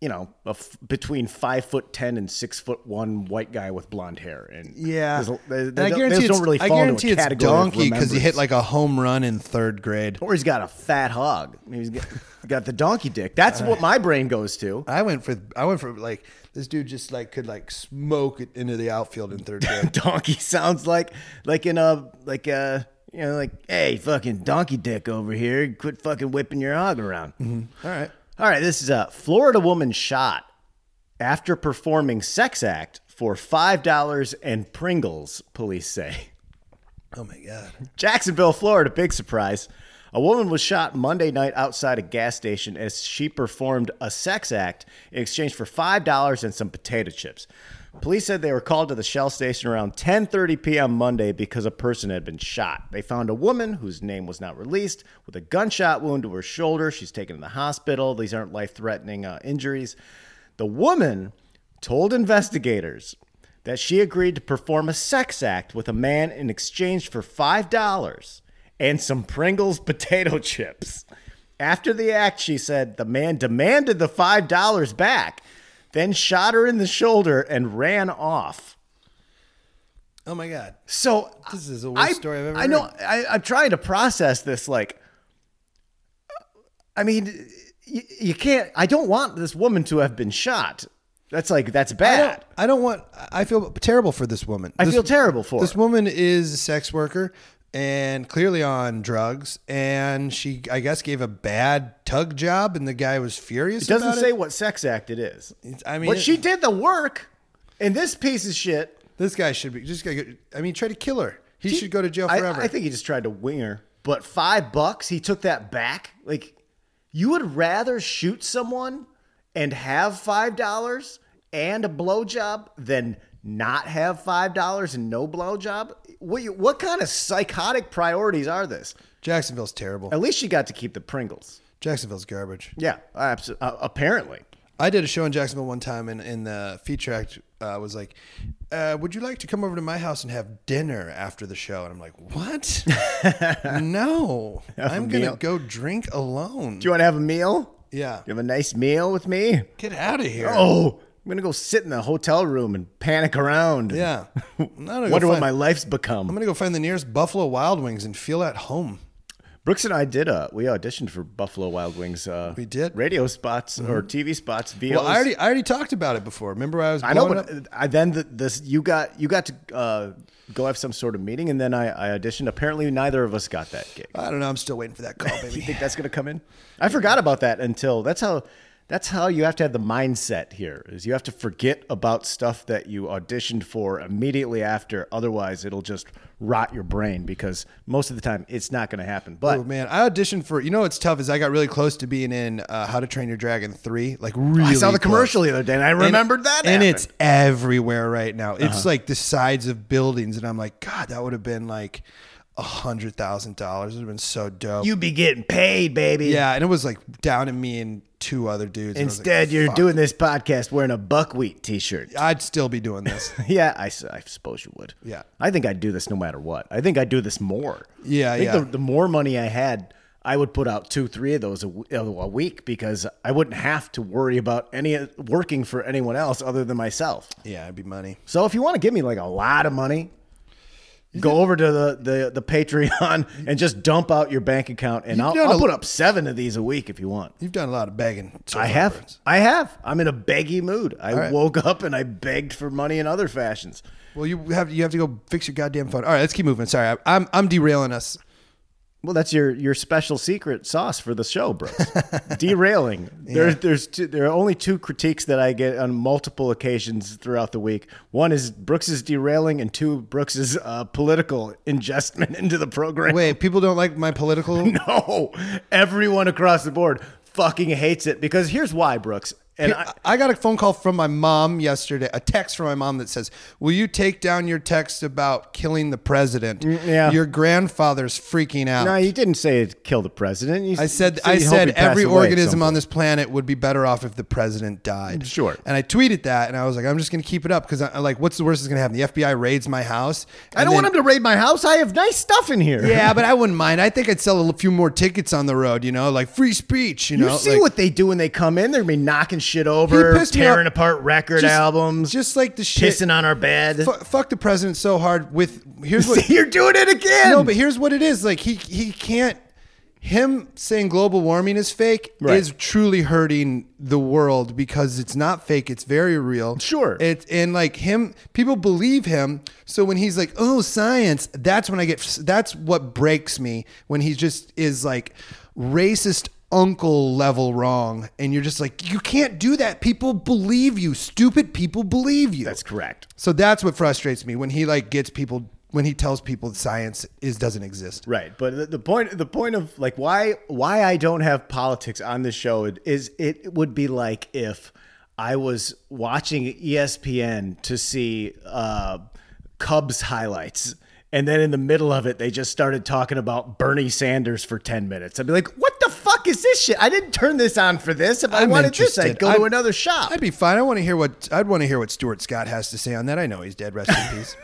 A: you know, a f- between five foot ten and six foot one white guy with blonde hair, and
B: Yeah,
A: there's a- they,
B: And
A: they don't- those
B: it's-
A: don't really
B: I
A: fall into a
B: guarantee it's
A: category of
B: Donkey because he hit
A: remembrance.
B: like a home run in third grade.
A: Or he's got a fat hog. He's got, got the donkey dick. That's what my brain goes to.
B: I went for I went for like this dude just like could like smoke it into the outfield in third grade.
A: donkey sounds like like in a like uh you know like hey fucking donkey dick over here quit fucking whipping your hog around
B: Mm-hmm. All right,
A: All right this is a florida woman shot after performing sex act for five dollars and pringles police say
B: oh my god,
A: Jacksonville, Florida, big surprise. A woman was shot Monday night outside a gas station as she performed a sex act in exchange for $5 and some potato chips. Police said they were called to the Shell station around 10:30 p.m. Monday because a person had been shot. They found a woman whose name was not released with a gunshot wound to her shoulder. She's taken to the hospital. These aren't life-threatening uh, injuries. The woman told investigators that she agreed to perform a sex act with a man in exchange for $5 and some Pringles potato chips. After the act, she said the man demanded the $5 back, then shot her in the shoulder and ran off.
B: oh my god.
A: So
B: This is the worst
A: I,
B: story I've ever.
A: I know.
B: heard.
A: I, I'm trying to process this. Like, I mean, you, you can't. I don't want this woman to have been shot. That's like that's
B: I don't,
A: bad.
B: I don't want. I feel terrible for this woman.
A: I,
B: This-
A: feel terrible for
B: This
A: her.
B: woman is a sex worker and clearly on drugs, and she, I guess, gave a bad tug job, and the guy was furious.
A: It doesn't
B: about
A: say
B: it.
A: what sex act it is.
B: I mean,
A: but
B: it-
A: she did the work, and this piece of shit.
B: This guy should be just. Gotta, I mean, try to kill her. He, should go to jail
A: I-
B: forever.
A: I, think he just tried to wing her. But five bucks, he took that back. Like, you would rather shoot someone and have five dollars and a blowjob than not have five dollars and no blowjob. What you, what kind of psychotic priorities are this?
B: Jacksonville's terrible.
A: At least she got to keep the Pringles.
B: Jacksonville's garbage.
A: Yeah, absolutely. Uh, apparently,
B: I did a show in Jacksonville one time, and, and the feature act uh, was like, uh, "Would you like to come over to my house and have dinner after the show?" And I'm like, "What? no, I'm gonna
A: meal.
B: go drink alone."
A: do you want to have a meal?
B: yeah,
A: You have a nice meal with me.
B: get out of here.
A: Oh, I'm gonna go sit in the hotel room and panic around. and
B: Yeah. I'm gonna go
A: Wonder what
B: find-
A: my life's
B: I'm
A: become.
B: gonna go find the nearest Buffalo Wild Wings and feel at home.
A: Brooks and I did uh we auditioned for Buffalo Wild Wings uh
B: We did. Mm-hmm.
A: radio spots or TV spots via
B: Well, I already I already talked about it before. Remember I was
A: I know
B: blowing up?
A: but uh, I then the, this you got you got to uh go have some sort of meeting and then I, I auditioned apparently neither of us got that gig.
B: I don't know. I'm still waiting for that call,
A: You
B: baby.
A: think that's gonna come in? I forgot about that until that's how that's how you have to have the mindset here is you have to forget about stuff that you auditioned for immediately after otherwise it'll just rot your brain because most of the time it's not going to happen but
B: Oh man, I auditioned for you know what's tough is I got really close to being in uh, How to Train Your Dragon three, like really.
A: Oh, i saw the
B: close.
A: commercial the other day and i
B: And-
A: remembered that Uh-huh.
B: and
A: happened.
B: it's everywhere right now. It's like the sides of buildings, and I'm like, God, that would have been like a hundred thousand dollars. It would have been so dope.
A: you be getting paid baby
B: yeah, and it was like down to me and two other dudes. and I was like,
A: instead you're
B: "Fuck."
A: doing this podcast wearing a buckwheat t-shirt
B: I'd still be doing this.
A: Yeah, I, s- I suppose you would.
B: Yeah.
A: I think I'd do this no matter what. I think I'd do this more.
B: Yeah,
A: I think
B: yeah.
A: The, the more money I had, I would put out two, three of those a, w- a week because I wouldn't have to worry about any working for anyone else other than myself.
B: Yeah, it'd be money.
A: So if you want to give me like a lot of money, go over to the, the, the Patreon and just dump out your bank account, and I'll,
B: done
A: I'll
B: a-
A: put up seven of these a week if you want.
B: You've done a lot of begging. so
A: I
B: far,
A: have.
B: Burns.
A: I have. I'm in a beggy mood. I
B: right.
A: woke up and I begged for money in other fashions.
B: Well, you have you have to go fix your goddamn phone. All right, let's keep moving. Sorry, I, I'm I'm derailing us.
A: Well, that's your your special secret sauce for the show, Brooks. Derailing. There, there's two, there are only two critiques that I get on multiple occasions throughout the week. One is Brooks's derailing, and two Brooks's uh, political ingestment into the program.
B: Wait, people don't like my political.
A: No, everyone across the board fucking hates it because here's why, Brooks. And I,
B: I, I got a phone call from my mom yesterday, a text from my mom that says, "Will you take down your text about killing the president?
A: Mm, yeah.
B: Your grandfather's freaking out."
A: no, you didn't say it kill the president. You
B: uh, I
A: s-
B: said
A: you
B: I
A: hope
B: said
A: he passed away
B: every
A: at some
B: organism
A: point.
B: on this planet would be better off if the president died.
A: Sure.
B: And I tweeted that, and I was like, I'm just gonna keep it up because I like, what's the worst that's gonna happen? The FBI raids my house.
A: I don't want him to raid my house. I have nice stuff in here.
B: Yeah, but I wouldn't mind. I think I'd sell a few more tickets on the road. You know, like free speech. You
A: You
B: know,
A: see
B: like-
A: what they do when they come in? They're gonna be knocking shit over,
B: He pissed me
A: tearing
B: off.
A: apart record
B: Just-
A: albums,
B: just like the shit.
A: pissing on our bed.
B: Fu- fuck the president so hard. With here's what
A: You're doing it again.
B: No, but here's what it is. Like he he can't him saying global warming is fake
A: Right.
B: is truly hurting the world because it's not fake, it's very real.
A: Sure.
B: It and like him people believe him. So when he's like, "Oh, science," that's when I get that's what breaks me when he just is like racist uncle level wrong and you're just like, "You can't do that. People believe you. Stupid people believe you."
A: that's correct.
B: So that's what frustrates me when he like gets people when he tells people that science is doesn't exist.
A: Right, but the, the point the point of like why why I don't have politics on this show is- is it would be like if I was watching E ESPN to see uh, Cubs highlights, and then in the middle of it they just started talking about Bernie Sanders for ten minutes. I'd be like, what the fuck is this shit? I didn't turn this on for this. If I
B: I'm
A: wanted this, I'd
B: interested.
A: go to
B: I'm-
A: another shop.
B: I'd be fine. I want to hear what I'd want to hear what Stuart Scott has to say on that. I know he's dead. Rest in peace.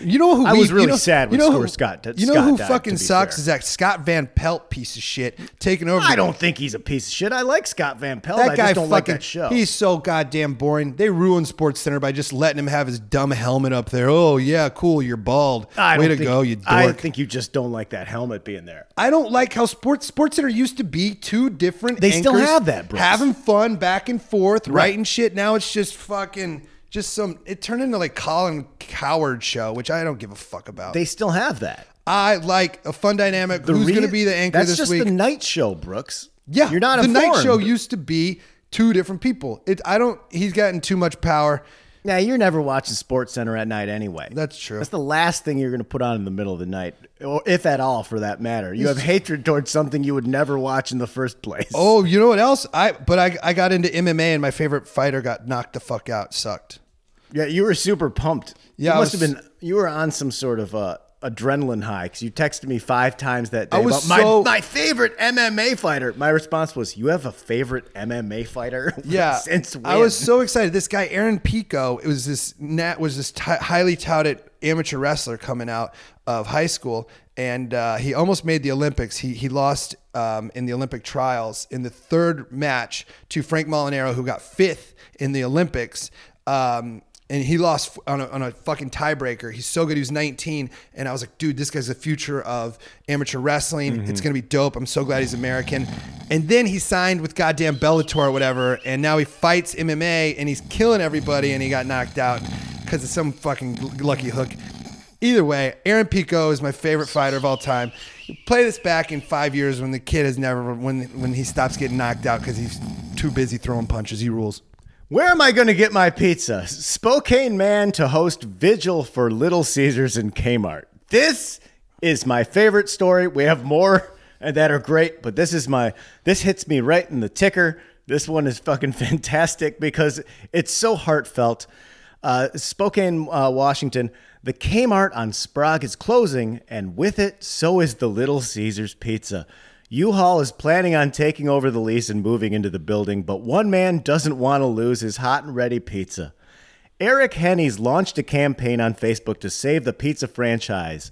B: You know who
A: I
B: we-
A: was really
B: you know,
A: sad when
B: you know who-
A: Stuart Scott did-
B: You know
A: Scott
B: who
A: died,
B: fucking
A: to be
B: sucks
A: fair.
B: is that Scott Van Pelt piece of shit taking over.
A: I don't think he's a piece of shit. I like Scott Van Pelt.
B: That
A: I
B: guy
A: just don't
B: fucking
A: like that show.
B: he's so goddamn boring. They ruined Sports Center by just letting him have his dumb helmet up there. Oh yeah, cool. You're bald.
A: I
B: Way
A: don't
B: to
A: think-
B: go, you dork.
A: I think you just don't like that helmet being there.
B: I don't like how sports sports center used to be two different.
A: They still
B: anchors
A: have that, Brooks.
B: having fun back and forth, writing shit. Now it's just fucking just some. It turned into like Colin Coward show, which I don't give a fuck about.
A: They still have that.
B: I like a fun dynamic. Who's
A: rea-
B: going to be the anchor
A: That's
B: this
A: just
B: week?
A: the night show, Brooks.
B: yeah,
A: you're not
B: The night
A: informed.
B: show used to be two different people. It. I don't. He's gotten too much power.
A: Now you're never watching Sports Center at night anyway.
B: That's true.
A: That's the last thing you're going to put on in the middle of the night, or if at all, for that matter. You have hatred towards something you would never watch in the first place.
B: Oh, you know what else? I but I I got into MMA and my favorite fighter got knocked the fuck out. Sucked.
A: yeah, you were super pumped.
B: Yeah,
A: you
B: I
A: must
B: was-
A: have been. You were on some sort of uh, adrenaline high because you texted me five times that day
B: I was
A: about
B: so-
A: my my favorite MMA fighter. My response was, "You have a favorite MMA fighter?
B: Yeah,
A: since when?
B: I was so excited. This guy Aaron Pico, it was this Nat was this ti highly touted amateur wrestler coming out of high school, and uh, he almost made the Olympics. He he lost um, in the Olympic trials in the third match to Frank Molinaro, who got fifth in the Olympics. Um, and he lost on a, on a fucking tiebreaker. He's so good. He was 19. And I was like, dude, this guy's the future of amateur wrestling. It's going to be dope. I'm so glad he's American. And then he signed with goddamn Bellator or whatever. And now he fights MMA and he's killing everybody. And he got knocked out because of some fucking l- lucky hook. Either way, Aaron Pico is my favorite fighter of all time. Play this back in five years when the kid has never, when, when he stops getting knocked out because he's too busy throwing punches. He rules.
A: Where am I going to get my pizza? Spokane man to host vigil for Little Caesars and Kmart. This is my favorite story. We have more that are great, but this is my this hits me right in the ticker. This one is fucking fantastic because it's so heartfelt. Uh, Spokane, uh, Washington. The Kmart on Sprague is closing, and with it, so is the Little Caesars Pizza. U-Haul is planning on taking over the lease and moving into the building, but one man doesn't want to lose his hot and ready pizza. Eric Henny's launched a campaign on Facebook to save the pizza franchise.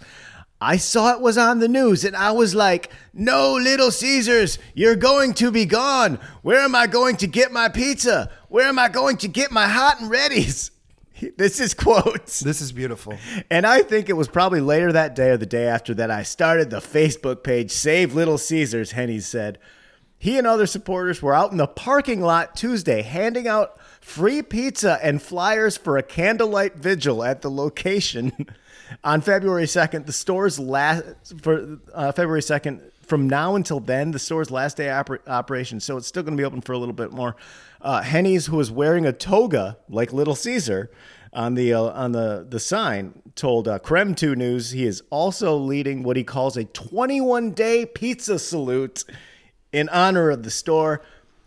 A: I saw it was on the news and I was like, no, Little Caesars, you're going to be gone. Where am I going to get my pizza? Where am I going to get my hot and readies? This is quotes.
B: This is beautiful.
A: And I think it was probably later that day or the day after that I started the Facebook page Save Little Caesars, Henny said. He and other supporters were out in the parking lot Tuesday handing out free pizza and flyers for a candlelight vigil at the location. On February 2nd, the store's last for uh, February 2nd from now until then, the store's last day oper- operation, so it's still going to be open for a little bit more. Uh, Henny's, who was wearing a toga like Little Caesar on the uh, on the the sign, told uh, Creme Two News he is also leading what he calls a 21 day pizza salute in honor of the store.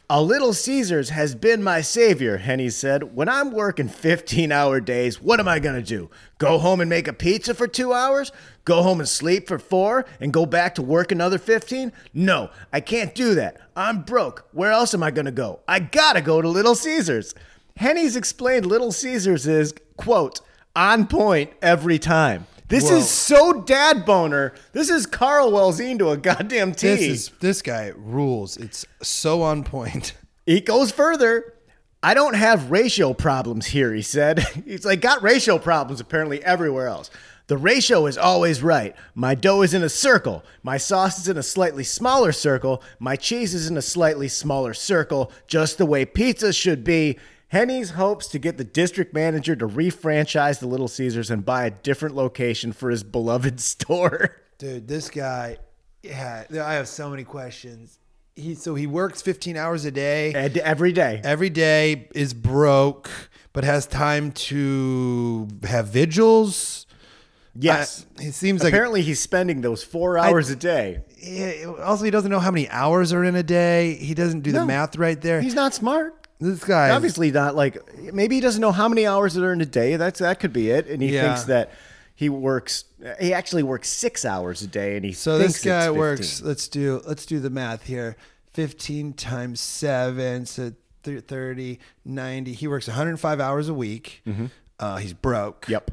A: A Little Caesars has been my savior, Henny said. When I'm working 15 hour days, what am I going to do? Go home and make a pizza for two hours? Go home and sleep for four and go back to work another 15? No, I can't do that. I'm broke. Where else am I going to go? I got to go to Little Caesars. Henny's explained Little Caesars is, quote, on point every time. This
B: Whoa.
A: is so dad boner. This is Carl Welzine to a goddamn T.
B: This is this guy rules. It's so on point.
A: It goes further. I don't have ratio problems here, he said. He's like, got ratio problems apparently everywhere else. The ratio is always right. My dough is in a circle. My sauce is in a slightly smaller circle. My cheese is in a slightly smaller circle, just the way pizza should be. Henny's hopes to get the district manager to refranchise the Little Caesars and buy a different location for his beloved store.
B: Dude, this guy, yeah, I have so many questions. He so he works 15 hours a day.
A: And every day.
B: Every day is broke, but has time to have vigils.
A: Yes.
B: I- it seems like
A: apparently, he's spending those four hours a day.
B: Yeah, also he doesn't know how many hours are in a day. He doesn't do the
A: No.
B: math right there.
A: He's not smart.
B: this guy is-
A: obviously not like maybe he doesn't know how many hours there are in a day. That's that could be it, and he
B: Yeah.
A: thinks that he works. He actually works six hours a day, and he
B: So
A: thinks
B: this guy
A: it's 15.
B: works. Let's do let's do the math here. 15 times 7 so thir- 30 90. He works 105 hours a week. Uh, he's broke.
A: Mm-hmm. Yep.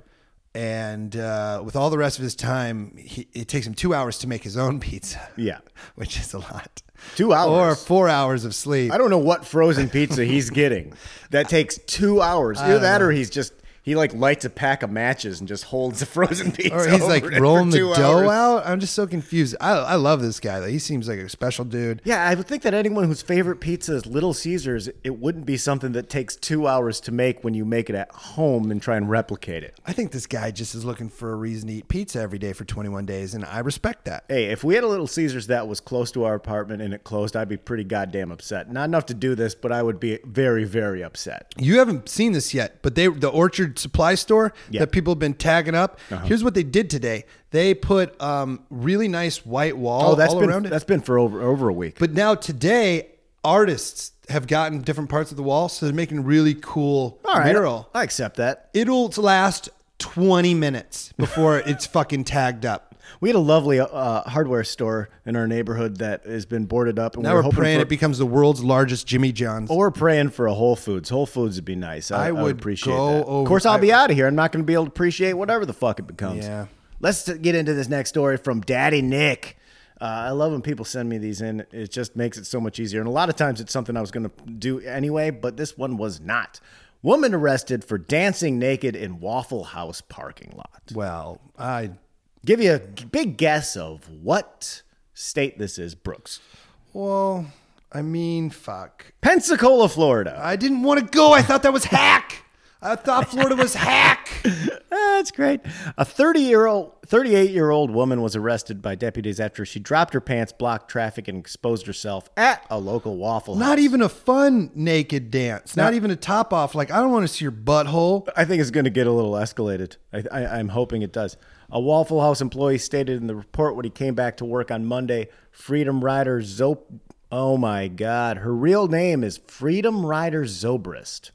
B: And uh, with all the rest of his time, he, it takes him 2 hours to make his own pizza.
A: Yeah.
B: Which is a lot.
A: Two
B: Or
A: hours.
B: 4 hours of sleep.
A: I don't know what frozen pizza he's getting. That takes two hours. Either that, or he's just he like lights a pack of matches and just holds the frozen pizza.
B: Or he's
A: over
B: like
A: it for
B: rolling the
A: two
B: dough
A: hours.
B: out. I'm just so confused. I, I love this guy. though. He seems like a special dude.
A: Yeah, I would think that anyone whose favorite pizza is Little Caesars, it wouldn't be something that takes two hours to make when you make it at home and try and replicate it.
B: I think this guy just is looking for a reason to eat pizza every day for 21 days, and I respect that.
A: Hey, if we had a Little Caesars that was close to our apartment and it closed, I'd be pretty goddamn upset. Not enough to do this, but I would be very, very upset.
B: You haven't seen this yet, but they the Orchard Supply Store
A: Yeah. Uh-huh.
B: that people have been tagging up. Here's what they did today: they put um, really nice white wall
A: Oh, that's
B: all
A: been
B: around it.
A: that's been for over over a week.
B: But now today, artists have gotten different parts of the wall, so they're making really cool
A: All right,
B: mural.
A: I accept that.
B: It'll last 20 minutes before it's fucking tagged up.
A: We had a lovely uh, hardware store in our neighborhood that has been boarded up, and
B: Now
A: we
B: we're,
A: we're, hoping
B: praying
A: for, Oh,
B: it becomes the world's largest Jimmy John's.
A: or praying for a Whole Foods. Whole Foods would be nice. I,
B: I
A: I would
B: would
A: appreciate
B: go
A: that. of
B: over-
A: course, I'll
B: I-
A: be out of here. I'm not going to be able to appreciate whatever the fuck it becomes.
B: Yeah.
A: Let's t- get into this next story from Daddy Nick. Uh, I love when people send me these in. It just makes it so much easier. And a lot of times it's something I was going to do anyway, but this one was not. Woman arrested for dancing naked in Waffle House parking lot.
B: well, I
A: Give you a big guess of what state this is, Brooks.
B: well, I mean, fuck.
A: Pensacola, Florida.
B: I didn't want to go. I thought that was hack. I thought Florida was hack.
A: Ah, That's great. A 30 year old, 38 year old woman was arrested by deputies after she dropped her pants, blocked traffic, and exposed herself at a local waffle. House.
B: Not even a fun naked dance. Not even a top off. Like I don't want to see your butthole.
A: I think it's going to get a little escalated. I, I, I'm hoping it does. A Waffle House employee stated in the report when he came back to work on Monday, Freedom Rider Zop. Oh my God, her real name is Freedom Rider Zobrist.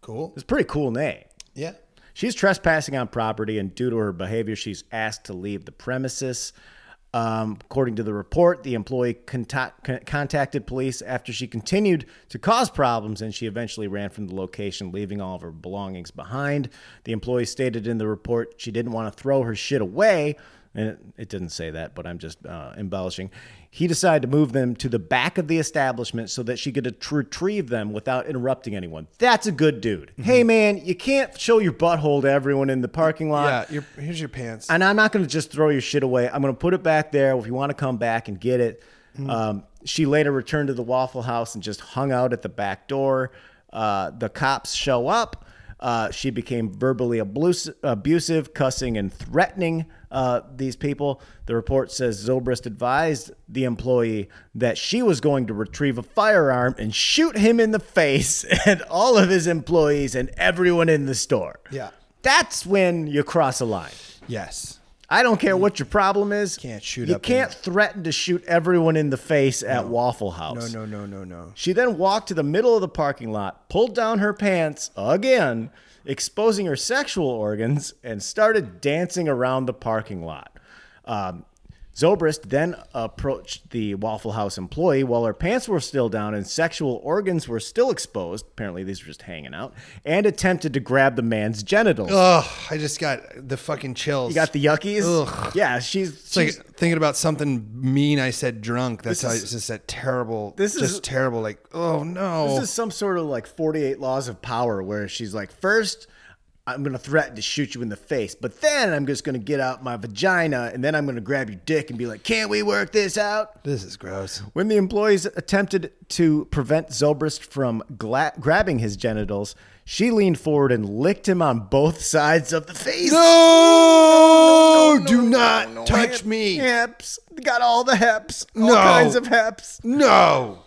B: Cool.
A: It's a pretty cool name.
B: Yeah.
A: She's trespassing on property, and due to her behavior, she's asked to leave the premises. Um, according to the report, the employee contact, con- contacted police after she continued to cause problems, and she eventually ran from the location, leaving all of her belongings behind. The employee stated in the report she didn't want to throw her shit away, and it, it didn't say that, but I'm just uh, embellishing. He decided to move them to the back of the establishment so that she could at- retrieve them without interrupting anyone. That's a good dude. Hey, man, you can't show your butthole to everyone in the parking lot.
B: Yeah, your, here's your pants.
A: And I'm not going to just throw your shit away. I'm going to put it back there if you want to come back and get it. Um, she later returned to the Waffle House and just hung out at the back door. Uh, the cops show up. Uh, she became verbally abus- abusive, cussing, and threatening uh, these people. The report says Zobrist advised the employee that she was going to retrieve a firearm and shoot him in the face and all of his employees and everyone in the store.
B: Yeah.
A: That's when you cross a line.
B: yes.
A: I don't care what your problem is.
B: Can't shoot
A: You
B: up
A: can't threaten to shoot everyone in the face at Waffle
B: No,
A: House.
B: no, no, no, no.
A: She then walked to the middle of the parking lot, pulled down her pants again, exposing her sexual organs, and started dancing around the parking lot. Um, Zobrist then approached the Waffle House employee while her pants were still down and sexual organs were still exposed. Apparently, these were just hanging out, and attempted to grab the man's genitals.
B: Ugh, I just got the fucking chills.
A: you got the yuckies?
B: Ugh.
A: Yeah, she's,
B: It's
A: she's
B: like thinking about something mean I said drunk. That's
A: This
B: how
A: is-
B: it's just that terrible.
A: this is-
B: just terrible. Like, oh no.
A: This is some sort of like 48 laws of power where she's like, first, I'm going to threaten to shoot you in the face, but then I'm just going to get out my vagina and then I'm going to grab your dick and be like, can't we work this out?
B: this is gross.
A: When the employees attempted to prevent Zobrist from gla- grabbing his genitals, she leaned forward and licked him on both sides of the face.
B: No, do not touch
A: Hep-
B: me.
A: Heps. Got all the heps. All
B: No.
A: kinds of heps.
B: No.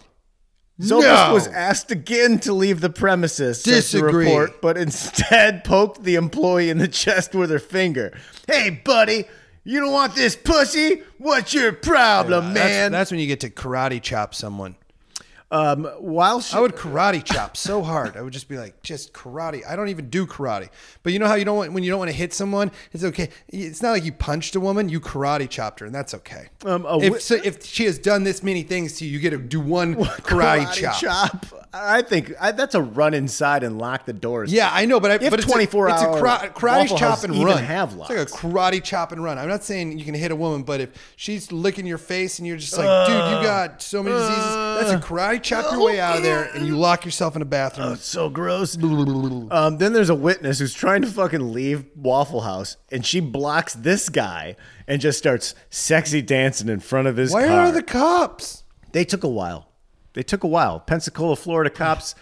A: Zobrist
B: No.
A: was asked again to leave the premises, says the
B: Disagree.
A: report, but instead poked the employee in the chest with her finger. Hey, buddy, you don't want this pussy? What's your problem,
B: Uh, That's-
A: man? Um,
B: that's when you get to karate chop someone.
A: While she,
B: I would karate chop so hard. I would just be like, just karate. I don't even do karate. But you know how you don't want when you don't want to hit someone. It's okay. It's not like you punched a woman. You karate chopped her, and that's okay.
A: Um, a wi-
B: if so, if she has done this many things to you, you get to do one karate, chop.
A: I think I, that's a run inside and lock the doors.
B: Yeah, I know, but I,
A: If
B: but it's a-
A: 24
B: it's a,
A: hour
B: kara-
A: Waffle
B: karate chop
A: House
B: and
A: even
B: run.
A: have
B: it's like a
A: locks.
B: karate chop and run. I'm not saying you can hit a woman, but if she's licking your face and you're just like, dude, you got so many diseases, that's a karate chop your way out of there, and you lock yourself in a bathroom.
A: So gross. Um, then there's a witness who's trying to fucking leave Waffle House, and she blocks this guy and just starts sexy dancing in front of his
B: Where
A: car.
B: are the cops?
A: They took a while. They took a while. Pensacola, Florida cops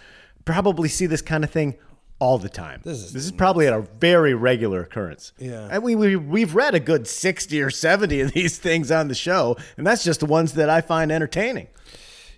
A: probably see this kind of thing all the time. This
B: is
A: probably at a very regular occurrence.
B: Yeah.
A: And we, we, we've read a good 60 or 70 of these things on the show, and that's just the ones that I find entertaining.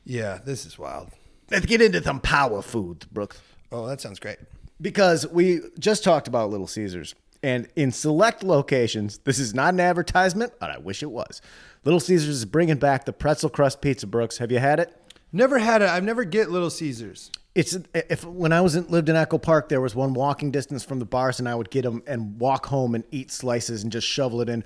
B: Yeah, this is wild.
A: Let's get into some power food, Brooks.
B: Oh, that sounds great.
A: Because we just talked about Little Caesars, and in select locations, this is not an advertisement, but I wish it was. Little Caesars is bringing back the pretzel crust pizza, Brooks. Have you had it?
B: Never had it. I've never get Little Caesars.
A: it's if when I was in, lived in Echo Park, there was one walking distance from the bars, and I would get them and walk home and eat slices and just shovel it in.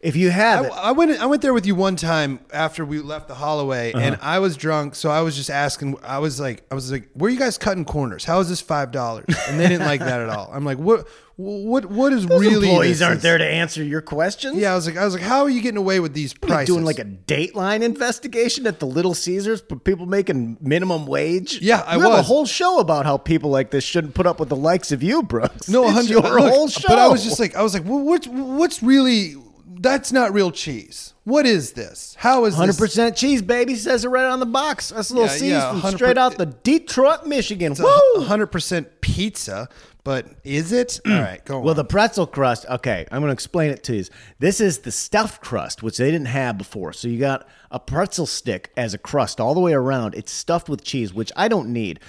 A: If you have
B: I,
A: it,
B: I went. I went there with you one time after we left the Holloway, and I was drunk, so I was just asking. I was like, I was like, "Where are you guys cutting corners? How is this five dollars?" And they didn't like that at all. I'm like, "What? What? What is
A: those
B: really?"
A: employees
B: this
A: aren't
B: is-
A: there to answer your questions.
B: Yeah, I was like, I was like, "How are you getting away with these
A: Like
B: prices?"
A: doing like a Dateline investigation at the Little Caesars, but people making minimum wage.
B: Yeah, I
A: you have a
B: was.
A: whole show about how people like this shouldn't put up with the likes of you, Brooks.
B: no, a
A: It's
B: hundred.
A: your
B: look,
A: whole show.
B: But I was just like, I was like, well, "What's what's really? That's not real cheese. What is this? How is
A: Hundred
B: this?"
A: percent cheese, baby. Says it right on the box. That's little
B: Yeah,
A: C's
B: yeah,
A: from
B: 100%
A: straight out the Detroit, Michigan.
B: It's a
A: Woo! Mm.
B: hundred percent pizza, but is it? All right, go on.
A: Well, the pretzel crust, okay, I'm going to explain it to you. This is the stuffed crust, which they didn't have before. So you got a pretzel stick as a crust all the way around. It's stuffed with cheese, which I don't need.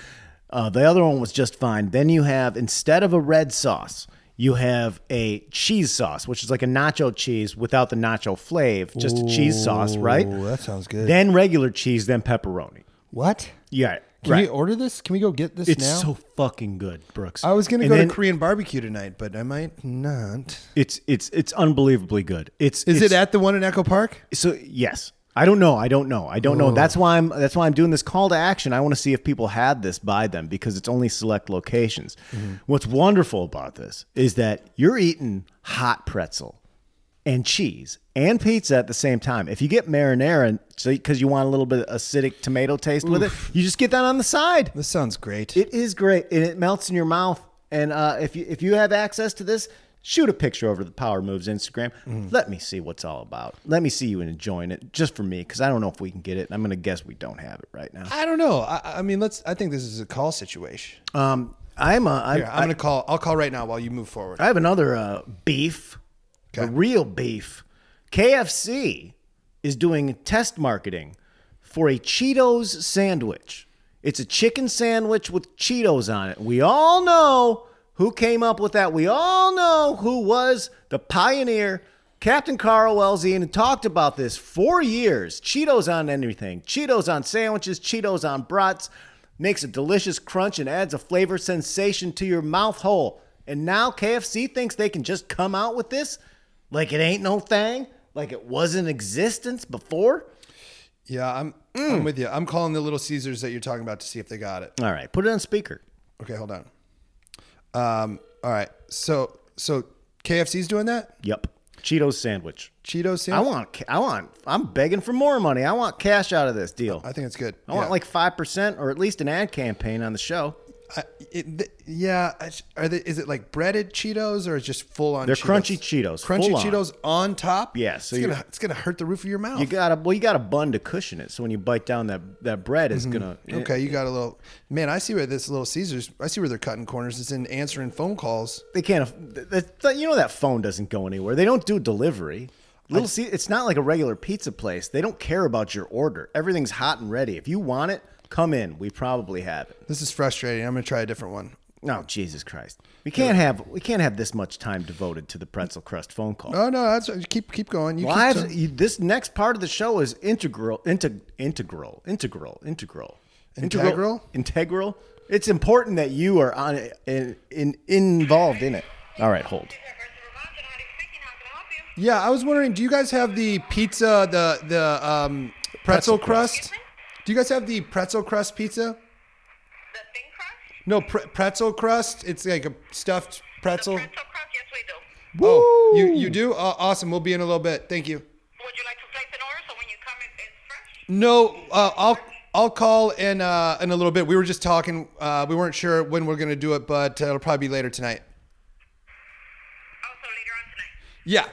A: Uh, the other one was just fine. Then you have, instead of a red sauce, you have a cheese sauce, which is like a nacho cheese without the nacho flave, just a cheese sauce, right?
B: Ooh, that sounds good.
A: Then regular cheese, then pepperoni.
B: what?
A: Yeah,
B: Can
A: right.
B: we order this? Can we go get this
A: it's
B: now?
A: so fucking good, Brooks.
B: I was gonna
A: And
B: go
A: then
B: to Korean barbecue tonight, but I might not.
A: It's it's it's unbelievably good. It's
B: Is
A: it's,
B: it at the one in Echo Park?
A: So yes, I don't know. I don't know. I don't know. That's why I'm. That's why I'm doing this call to action. I want to see if people had this by them because it's only select locations. What's wonderful about this is that you're eating hot pretzel and cheese and pizza at the same time. If you get marinara, because you want a little bit of acidic tomato taste with it, you just get that on the side.
B: This sounds great.
A: It is great, and it melts in your mouth. And uh, if you if you have access to this, shoot a picture over to the Power Moves Instagram. Let me see what's all about. Let me see you enjoying it, just for me, because I don't know if we can get it. and I'm gonna guess we don't have it right now.
B: I don't know. I, I mean, let's. I think this is a call situation.
A: Um, I'm uh, I,
B: Here, I'm gonna call. I'll call right now while you move forward.
A: I have another uh, beef, a
B: Okay.
A: real beef. KFC is doing test marketing for a Cheetos sandwich. It's a chicken sandwich with Cheetos on it. We all know who came up with that. We all know who was the pioneer. Captain Carl Wellesley and talked about this for years. Cheetos on anything, Cheetos on sandwiches, Cheetos on brats makes a delicious crunch and adds a flavor sensation to your mouth hole. And now KFC thinks they can just come out with this like it ain't no thing, like it was in existence before.
B: Yeah, I'm.
A: Mm.
B: I'm with you. I'm calling the Little Caesars that you're talking about to see if they got it.
A: All right, put it on speaker.
B: Okay, hold on. Um. All right. So so KFC's doing that.
A: Yep. Cheetos sandwich.
B: Cheetos
A: I
B: sandwich.
A: want I want I'm begging for more money. I want cash out of this deal.
B: I think it's good.
A: I want like 5% or at least an ad campaign on the show.
B: I, it, th- yeah, I sh- are they, is it like breaded Cheetos or is just full on?
A: They're crunchy Cheetos,
B: Crunchy
A: full on.
B: Cheetos on top.
A: Yeah, so
B: it's
A: you-
B: gonna it's gonna hurt the roof of your mouth.
A: You got to well you got a bun to cushion it. So when you bite down that that bread it's going to
B: okay, you got a little man. I see where this little Caesars. I see where they're cutting corners. It's in answering phone calls.
A: they can't. aff- th- th- th- You know that phone doesn't go anywhere. They don't do delivery. Little C, it's not like a regular pizza place. They don't care about your order. Everything's hot and ready. If you want it, come in. We probably have it.
B: This is frustrating. I'm gonna try a different one.
A: No, Jesus Christ, we can't have we can't have this much time devoted to the pretzel crust phone call.
B: Oh no, that's keep keep going. You
A: Well,
B: keep
A: I have-
B: talking.
A: you- this next part of the show is integral, inte, integral, integral, integral,
B: Integral?
A: integral. It's important that you are on in, in involved in it. All right, hold.
B: yeah, I was wondering, do you guys have the pizza, the the um, pretzel, crust? Do you guys have the pretzel crust pizza?
D: The thin crust?
B: No, pre- pretzel crust. It's like a stuffed pretzel.
D: Pretzel crust? Yes, we do.
B: Oh, you you do? Uh, awesome. We'll be in a little bit. Thank you.
D: Would you like to place an order so when you come in, it's fresh?
B: No, uh, I'll I'll call in uh, in a little bit. We were just talking. Uh, we weren't sure when we're gonna do it, but uh, it'll probably be later tonight.
D: Also later on tonight.
B: Yeah.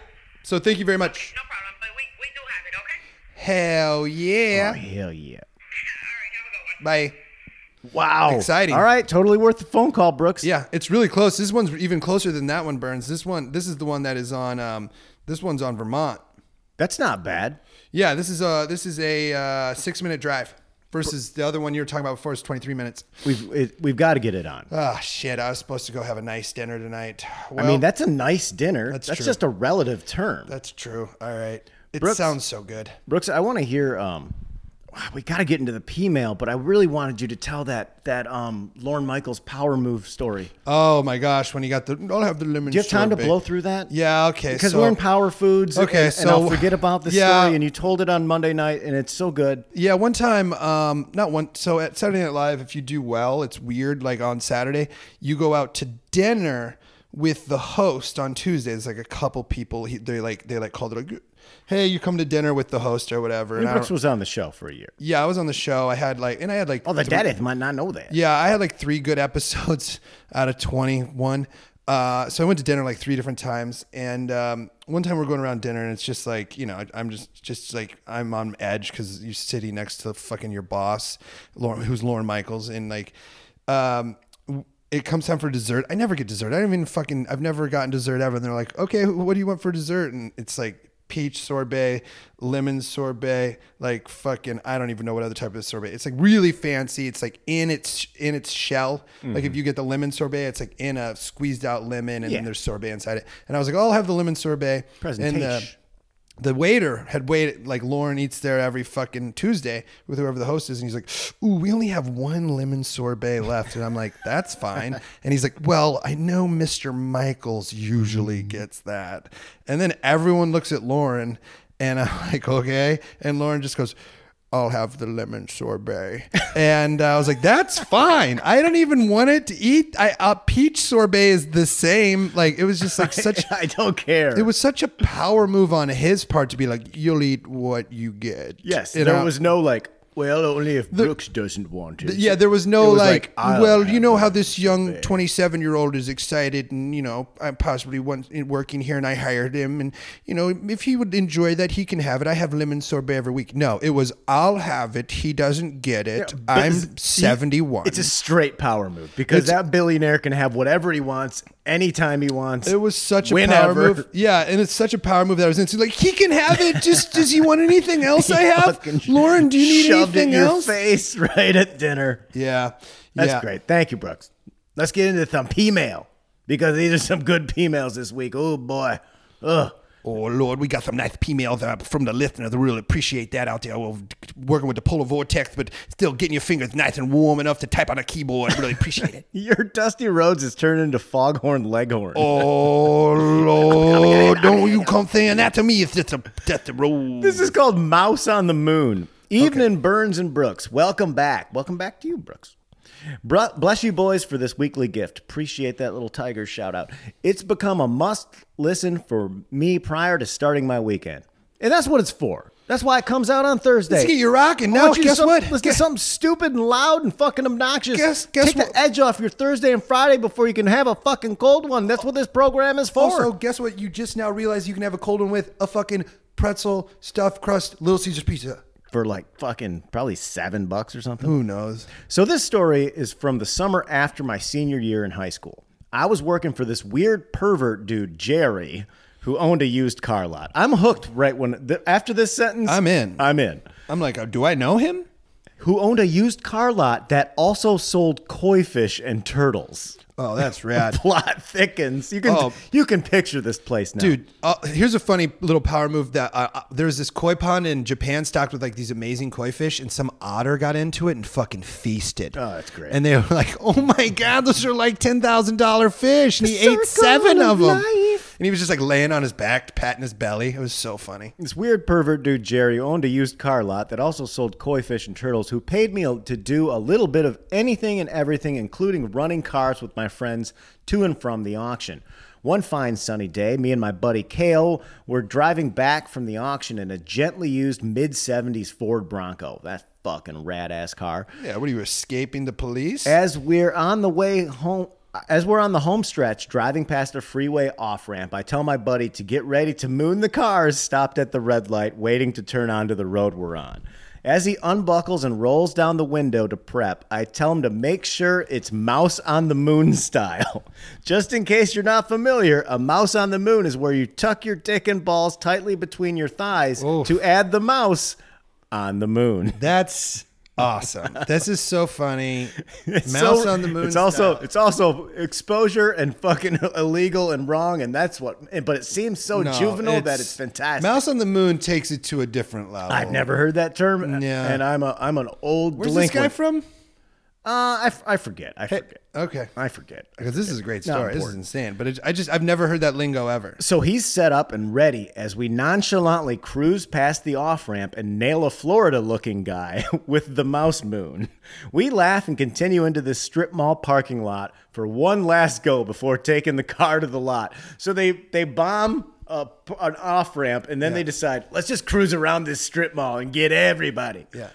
B: So thank you very much.
D: No problem, but we, we do have it, okay?
B: Hell
A: Oh,
B: yeah.
A: hell yeah.
D: All right, have a
B: Bye.
D: good one.
A: Wow.
B: Exciting.
A: All right. Totally worth the phone call, Brooks.
B: Yeah, it's really close. This one's even closer than that one, Burns. This one, this is the one that is on. Um, this one's on Vermont.
A: That's not bad.
B: Yeah, this is a this is a uh, six minute drive versus the other one you were talking about before is twenty three minutes.
A: We've, it, we've got to get it on.
B: Ah, shit! I was supposed to go have a nice dinner tonight.
A: I
B: Well,
A: mean, that's a nice dinner. That's,
B: true.
A: just a relative term.
B: that's true. All right, it
A: Brooks-
B: sounds so good.
A: Brooks, I want to hear. Um, wow, we got to get into the P mail, but I really wanted you to tell that that um, Lorne Michaels power move story.
B: Oh my gosh, when you got the I'll have the lemon.
A: Do you have time to
B: sorbet.
A: blow through that?
B: Yeah, okay.
A: Because
B: so-
A: we're in Power Foods.
B: Okay,
A: and, and I'll
B: so-
A: forget about the
B: Yeah.
A: story, and you told it on Monday night, and it's so good.
B: Yeah, one time, um, not one. So at Saturday Night Live, if you do well, it's weird. Like on Saturday, you go out to dinner with the host on Tuesday. It's like a couple people. He, they like they like called it like, hey, you come to dinner with the host or whatever. And I
A: Brooks
B: don't-
A: was on the show for a year.
B: yeah, I was on the show. I had like, and I had like,
A: Oh, the
B: three-
A: daddies might not know that.
B: yeah, I had like three good episodes out of 21. Uh, so I went to dinner like three different times, and um, one time we're going around dinner, and it's just like you know, I, I'm just just like I'm on edge because you're sitting next to fucking your boss, Lauren, who's Lauren Michaels, and like, um, w- it comes time for dessert. I never get dessert. I don't even fucking. I've never gotten dessert ever. And they're like, okay, wh- what do you want for dessert? And it's like peach sorbet, lemon sorbet, like fucking I don't even know what other type of sorbet. It's like really fancy. It's like in its in its shell. Like if you get the lemon sorbet, it's like in a squeezed out lemon and
A: Mm-hmm. Yeah.
B: then there's sorbet inside it. And I was like, oh, I'll have the lemon sorbet. And uh,
A: Presentation.
B: the waiter had waited like Lauren eats there every fucking Tuesday with whoever the host is, and he's like, "Ooh, we only have one lemon sorbet left," and I'm like, "That's fine." And he's like, "Well, I know Mr. Michaels usually gets that," and then everyone looks at Lauren, and I'm like, "Okay," and Lauren just goes, I'll have the lemon sorbet. and uh, I was like, that's fine. I don't even want it to eat. I uh, peach sorbet is the same. Like it was just like such
A: I don't care.
B: it was such a power move on his part to be like, you'll eat what you get.
A: yes.
B: You
A: there
B: know?
A: was no like. Well, only if Brooks doesn't want it.
B: Yeah, there was
A: It
B: no
A: was
B: like,
A: like, I'll
B: well,
A: have
B: you know
A: that
B: how this young 27 year old is excited and, you know, I'm possibly one, working here and I hired him. And, you know, if he would enjoy that, he can have it. I have lemon sorbet every week. No, it was, I'll have it. He doesn't get it.
A: but it's-
B: I'm 71.
A: It's a straight power move because that billionaire can have whatever he wants anytime he wants.
B: it was such a
A: whenever.
B: power move. Yeah, and it's such a power move that I was into. Like, he can have it. Just does he want anything else I
A: Fucking
B: have? Lauren, do you need
A: shoved
B: anything
A: it in
B: else?
A: Your face right at dinner.
B: Yeah.
A: That's
B: yeah.
A: great. Thank you, Brooks. Let's get into some P mail because these are some good P mails this week. Oh boy. Ugh.
B: Oh Lord, we got some nice email there from the listener. We really appreciate that out there. We're working with the polar vortex, but still getting your fingers nice and warm enough to type on a keyboard. Really appreciate it.
A: Your Dusty Roads is turned into Foghorn Leghorn.
B: Oh Lord, don't you come saying that to me. It's just a that's the road.
A: This is called Mouse on the Moon. Evening, Burns and Brooks. Welcome back. Welcome back to you, Brooks. Bru- Bless you, boys, for this weekly gift. Appreciate that little tiger shout out. It's become a must listen for me prior to starting my weekend. And that's what it's for. That's why it comes out on Thursday.
B: Let's get you rocking.
A: I
B: Now,
A: want you to
B: guess
A: some-
B: what?
A: Let's get something stupid and loud and fucking obnoxious.
B: Guess- guess
A: Take
B: what?
A: the edge off your Thursday and Friday before you can have a fucking cold one. That's what this program is for.
B: also, guess what? You just now realized you can have a cold one with a fucking pretzel stuffed crust Little Caesars pizza.
A: for like fucking probably seven bucks or something.
B: Who knows?
A: So this story is from the summer after my senior year in high school. I was working for this weird pervert dude, Jerry, who owned a used car lot. I'm hooked right when th- after this sentence.
B: I'm in.
A: I'm in.
B: I'm like, uh, do I know him?
A: Who owned a used car lot that also sold koi fish and turtles?
B: Oh, that's rad.
A: Plot thickens. You can
B: Oh.
A: you can picture this place now,
B: Dude, uh, here's a funny little power move that uh, uh, there's this koi pond in Japan stocked with like these amazing koi fish, and some otter got into it and fucking feasted.
A: Oh, that's great.
B: And they were like, "Oh my god, those are like ten thousand dollar fish," and
A: The
B: he ate
A: circle
B: seven of
A: of
B: them.
A: life.
B: And he was just like laying on his back, patting his belly. It was so funny.
A: This weird pervert dude Jerry owned a used car lot that also sold koi fish and turtles who paid me to do a little bit of anything and everything including running cars with my friends to and from the auction. One fine sunny day, me and my buddy Kale were driving back from the auction in a gently used mid-70s Ford Bronco. That fucking rad ass car.
B: Yeah, what are you escaping the police?
A: As we're on the way home, as we're on the home stretch, driving past a freeway off ramp, I tell my buddy to get ready to moon the cars stopped at the red light, waiting to turn onto the road we're on. As he unbuckles and rolls down the window to prep, I tell him to make sure it's mouse on the moon style. Just in case you're not familiar, a mouse on the moon is where you tuck your dick and balls tightly between your thighs to add the mouse on the moon.
B: That's awesome. this is so funny.
A: It's
B: Mouse
A: so-
B: on the moon.
A: It's also
B: style.
A: it's also exposure and fucking illegal and wrong, and that's what. and- But it seems so
B: No,
A: juvenile that it's fantastic.
B: Mouse on the moon takes it to a different level.
A: I've never heard that term,
B: Yeah.
A: and I'm a I'm an old
B: Where's this guy
A: delinquent.
B: from?
A: Uh, I, f- I forget. I forget.
B: Okay.
A: I forget.
B: Because this is a great
A: Not
B: story. This is
A: important.
B: insane. But it, I just, I've never heard that lingo ever.
A: So he's set up and ready as we nonchalantly cruise past the off ramp and nail a Florida looking guy with the mouse moon. We laugh and continue into this strip mall parking lot for one last go before taking the car to the lot. So they, they bomb a, p- an off ramp and then they decide, let's just cruise around this strip mall and get everybody.
B: Yeah.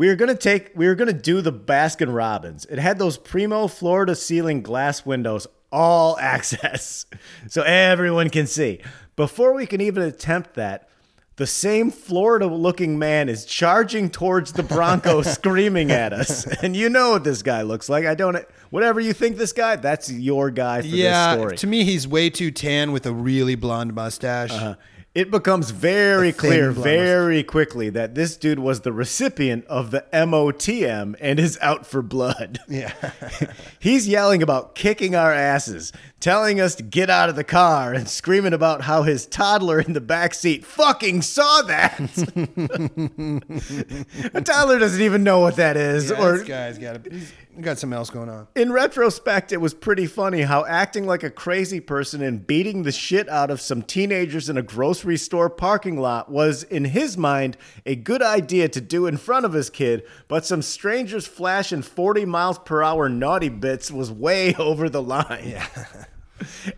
A: We were gonna take. We were gonna do the Baskin Robbins. It had those primo Florida ceiling glass windows, all access, so everyone can see. Before we can even attempt that, the same Florida-looking man is charging towards the Bronco, screaming at us. And you know what this guy looks like. I don't. Whatever you think this guy, that's your guy for this
B: Yeah.
A: story.
B: To me, he's way too tan with a really blonde mustache.
A: Uh-huh. It becomes very clear
B: blonde
A: very quickly that this dude was the recipient of the MOTM and is out for blood.
B: Yeah.
A: He's yelling about kicking our asses, telling us to get out of the car, and screaming about how his toddler in the back seat fucking saw that. a toddler doesn't even know what that is,
B: Yeah,
A: or
B: this guy's got to. I got something else going on.
A: in retrospect, it was pretty funny how acting like a crazy person and beating the shit out of some teenagers in a grocery store parking lot was, in his mind, a good idea to do in front of his kid, but some strangers flashing 40 miles per hour naughty bits was way over the line.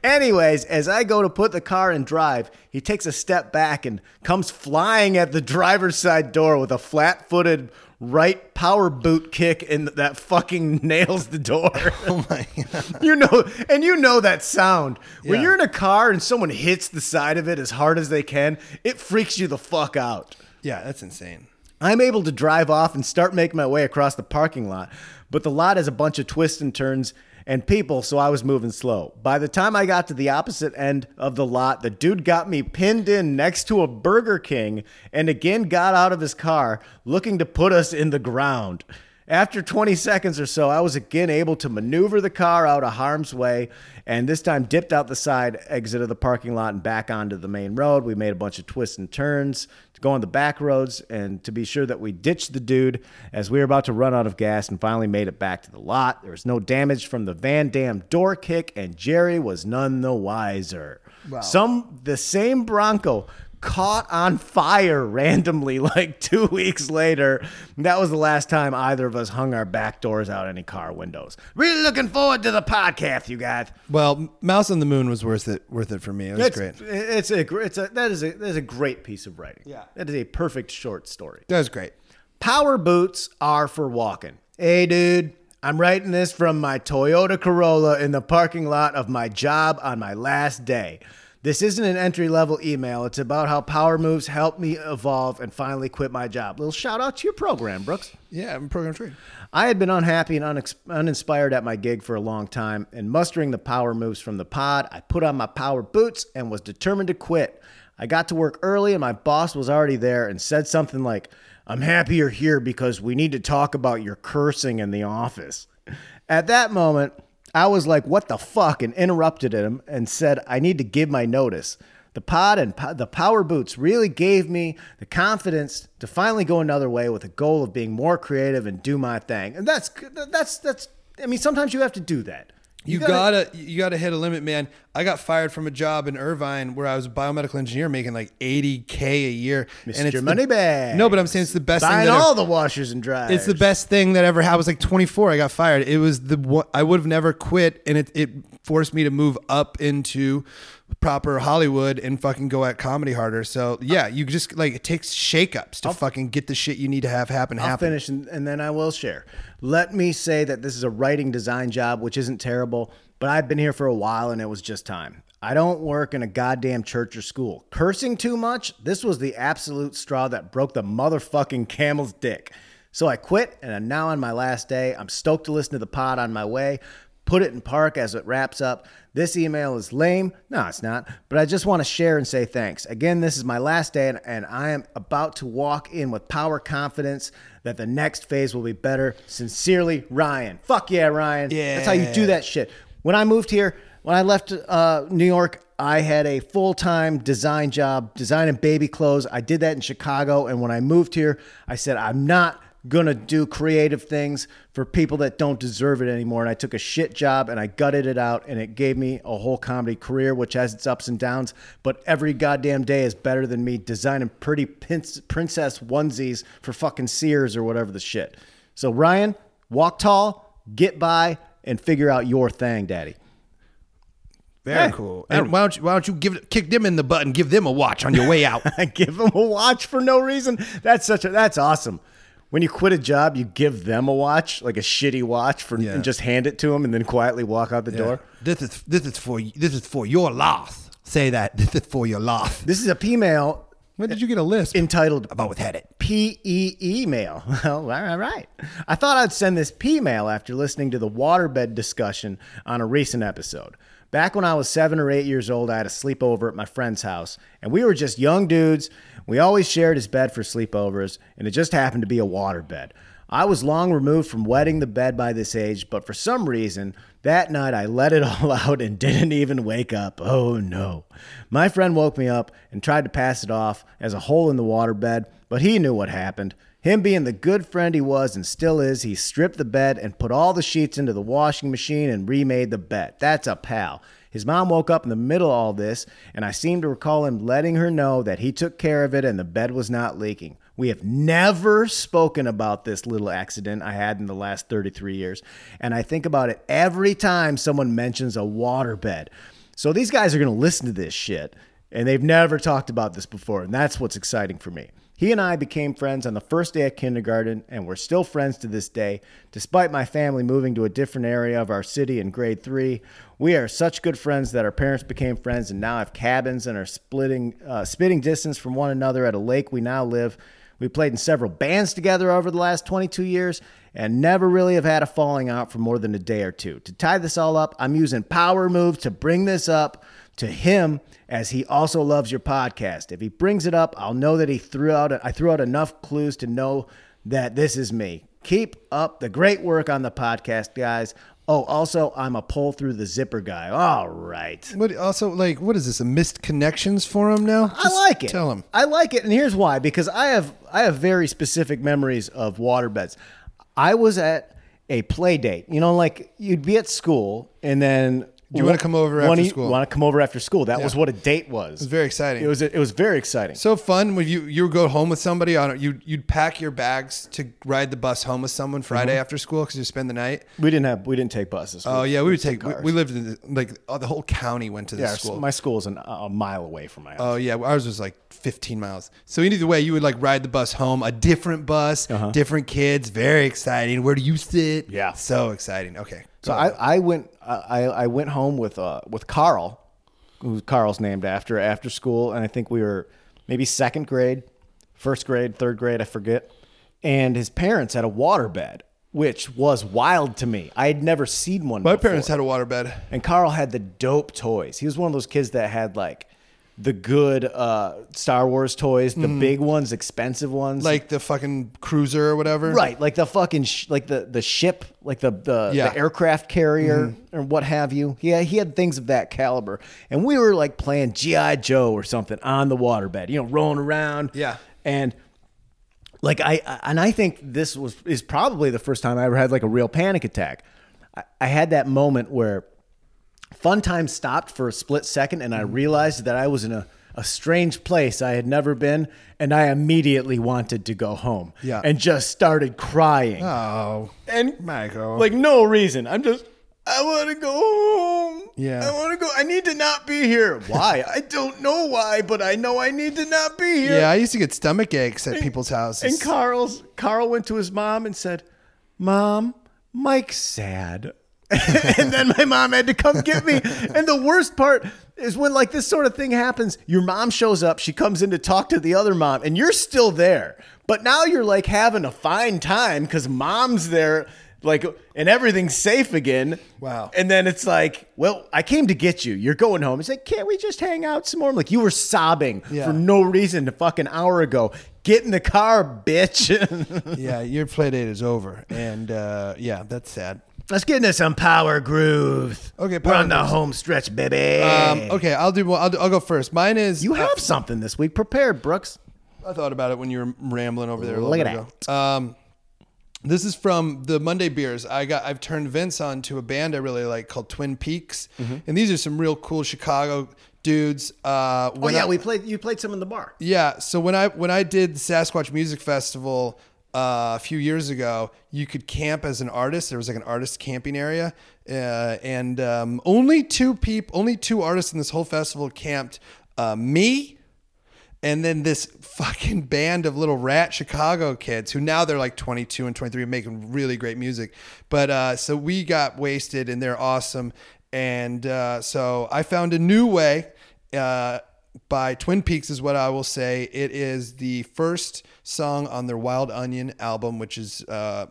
A: Anyways, as I go to put the car in drive, he takes a step back and comes flying at the driver's side door with a flat footed right power boot kick and that fucking nails the door. Oh my god. You know and you know that sound. When
B: Yeah.
A: you're in a car and someone hits the side of it as hard as they can, it freaks you the fuck out.
B: Yeah, that's insane.
A: I'm able to drive off and start making my way across the parking lot, but the lot has a bunch of twists and turns and people, so I was moving slow. By the time I got to the opposite end of the lot, the dude got me pinned in next to a Burger King and again got out of his car looking to put us in the ground. After 20 seconds or so, I was again able to maneuver the car out of harm's way and this time dipped out the side exit of the parking lot and back onto the main road. We made a bunch of twists and turns to go on the back roads and to be sure that we ditched the dude as we were about to run out of gas and finally made it back to the lot. There was no damage from the Van Dam door kick and Jerry was none the wiser. Some the same Bronco caught on fire randomly like two weeks later. That was the last time either of us hung our back doors out any car windows. Really looking forward to the podcast, you guys.
B: Well, Mouse on the Moon was worth it. Worth it for me. It was great.
A: It's a gr- it's a that is a that is a great piece of writing.
B: Yeah.
A: that is a perfect short story.
B: That was great.
A: Power boots are for walking. Hey, dude, I'm writing this from my Toyota Corolla in the parking lot of my job on my last day. This isn't an entry level email. It's about how power moves helped me evolve and finally quit my job. Little shout out to your program, Brooks.
B: Yeah, I'm program trade.
A: I had been unhappy and unex- uninspired at my gig for a long time, and mustering the power moves from the pod, I put on my power boots and was determined to quit. I got to work early, and my boss was already there and said something like, I'm happy you're here because we need to talk about your cursing in the office. At that moment, I was like, what the fuck, and interrupted him and said, I need to give my notice. The pod and po- the power boots really gave me the confidence to finally go another way with a goal of being more creative and do my thing. And that's that's that's. I mean, sometimes you have to do that.
B: You gotta, you gotta hit a limit, man. I got fired from a job in Irvine where I was a biomedical engineer making like 80k a year.
A: Mr. Moneybags.
B: No, but I'm saying it's the best
A: buying
B: thing. that
A: all
B: ever-
A: the washers and dryers.
B: It's the best thing that ever happened. I was like 24. I got fired. It was the one I would have never quit, and it, it forced me to move up into proper Hollywood and fucking go at comedy harder. So yeah, you just like it takes shakeups to fucking get the shit you need to have happen.
A: I'll
B: happen.
A: finish and, and then I will share. Let me say that this is a writing design job, which isn't terrible, but I've been here for a while and it was just time. I don't work in a goddamn church or school. Cursing too much, this was the absolute straw that broke the motherfucking camel's dick. So I quit and I'm now on my last day. I'm stoked to listen to the pod on my way. Put it in park as it wraps up. This email is lame. No, it's not. But I just want to share and say thanks. Again, this is my last day, and, and I am about to walk in with power confidence that the next phase will be better. Sincerely, Ryan. Fuck yeah, Ryan. That's how you do that shit. When I moved here, when I left uh, New York, I had a full time design job, designing baby clothes. I did that in Chicago. And when I moved here, I said, I'm not gonna do creative things for people that don't deserve it anymore. And I took a shit job and I gutted it out, and it gave me a whole comedy career, which has its ups and downs. But every goddamn day is better than me designing pretty pin- princess onesies for fucking Sears or whatever the shit. So, Ryan, walk tall, get by, and figure out your thing, daddy.
B: Very
A: Yeah.
B: cool. And why don't you, why don't you give kick them in the butt and give them a watch on your way out?
A: I give them a watch for no reason. That's such a that's awesome. When you quit a job, you give them a watch, like a shitty watch, for
B: Yeah.
A: and just hand it to them, and then quietly walk out the door.
B: This is this is for y- this is for your laugh. Say that this is for your laugh.
A: This is a P-mail
B: When did you get a list?
A: entitled
B: about with head it.
A: PE email. Well, all right. I thought I'd send this P mail after listening to the waterbed discussion on a recent episode. Back when I was seven or eight years old, I had a sleepover at my friend's house, and we were just young dudes. We always shared his bed for sleepovers, and it just happened to be a waterbed. I was long removed from wetting the bed by this age, but for some reason, that night I let it all out and didn't even wake up. Oh no. My friend woke me up and tried to pass it off as a hole in the waterbed, but he knew what happened. Him being the good friend he was and still is, he stripped the bed and put all the sheets into the washing machine and remade the bed. That's a pal. His mom woke up in the middle of all this, and I seem to recall him letting her know that he took care of it and the bed was not leaking. We have never spoken about this little accident I had in the last 33 years, and I think about it every time someone mentions a waterbed. So these guys are going to listen to this shit, and they've never talked about this before, and that's what's exciting for me. He and I became friends on the first day of kindergarten, and we're still friends to this day. Despite my family moving to a different area of our city in grade three, we are such good friends that our parents became friends and now have cabins and are splitting, uh, spitting distance from one another at a lake we now live. We played in several bands together over the last 22 years and never really have had a falling out for more than a day or two. To tie this all up, I'm using power moves to bring this up to him as he also loves your podcast. If he brings it up, I'll know that he threw out I threw out enough clues to know that this is me. Keep up the great work on the podcast, guys. Oh, also, I'm a pull through the zipper guy. All right.
B: What also like what is this? A missed connections for him now?
A: I like it.
B: Tell him.
A: I like it, and here's why: because I have I have very specific memories of waterbeds. I was at a play date. You know, like you'd be at school, and then
B: you wanna come over after school?
A: Want to come over after school? That was
B: Yeah.
A: what a date was. It was
B: very exciting.
A: It was it was very exciting.
B: So fun when you you would go home with somebody on you you'd pack your bags to ride the bus home with someone Friday
A: Mm-hmm.
B: after school because you spend the night.
A: we didn't have we didn't take buses.
B: Oh yeah, we would take. We,
A: cars.
B: we lived in the, like oh, the whole county went to this
A: yeah.
B: school.
A: My school's an, a mile away from my house.
B: Oh yeah, ours was like 15 miles. So either way, you would like ride the bus home, a different bus, different kids, very exciting. Where do you sit?
A: Uh-huh. Yeah.
B: so exciting. Okay,
A: So I, I went I, I went home with uh, with Carl, who Carl's named after after school, and I think we were maybe second grade, first grade, third grade, I forget. And his parents had a waterbed, which was wild to me. I had never seen one.
B: my parents had a waterbed.
A: and Carl had the dope toys. He was one of those kids that had like the good uh, Star Wars toys, the big ones, expensive ones,
B: Mm-hmm. Like the fucking cruiser or whatever.
A: Right, like the fucking sh- like the the ship, like the the,
B: Yeah. Mm-hmm.
A: the aircraft carrier or what have you. Yeah, he had things of that caliber, and we were like playing GI Joe or something on the waterbed, you know, rolling around.
B: Yeah.
A: and like I I- and I think this was is probably the first time I ever had like a real panic attack. I, I had that moment where fun time stopped for a split second, and I
B: Mm.
A: realized that I was in a a strange place I had never been, and I immediately wanted to go home.
B: Yeah.
A: And just started crying.
B: Oh,
A: and
B: Michael.
A: like no reason. I'm just I want to go home.
B: Yeah.
A: I want to go. I need to not be here. Why? I don't know why, but I know I need to not be here.
B: yeah, I used to get stomach aches at people's houses.
A: And Carl's Carl went to his mom and said, "Mom, Mike's sad." and then my mom had to come get me. And the worst part is when like this sort of thing happens, your mom shows up, she comes in to talk to the other mom, and you're still there. But now you're like having a fine time because mom's there, like and everything's safe again.
B: Wow.
A: And then it's like, well, I came to get you. You're going home. It's like, can't we just hang out some more? I'm like, you were sobbing
B: Yeah.
A: for no reason a fucking hour ago. Get in the car, bitch.
B: yeah, your play date is over, and uh, yeah, that's sad.
A: Let's get into some power groove.
B: Okay,
A: we're
B: power
A: on the
B: grooves.
A: home stretch, baby.
B: Um, okay, I'll do. Well, I'll, do, I'll go first. Mine is
A: you
B: uh,
A: have something this week prepared, Brooks.
B: I thought about it when you were rambling over there. A
A: Look
B: little
A: at
B: bit ago. Um, this is from the Monday Beers. I got. I've turned Vince on to a band I really like called Twin Peaks,
A: Mm-hmm.
B: and these are some real cool Chicago dudes. Uh,
A: Oh
B: when
A: yeah,
B: I-
A: we played. You played some in the bar.
B: yeah. So when I when I did the Sasquatch Music Festival uh, a few years ago, you could camp as an artist. There was like an artist camping area, uh, and um, only two people, only two artists in this whole festival camped. Uh, me, and then this fucking band of little rat Chicago kids who now they're like 22 and 23 making really great music. But uh, so we got wasted and they're awesome. And uh, so I found a new way uh, by Twin Peaks, is what I will say. It is the first song on their Wild Onion album, which is uh,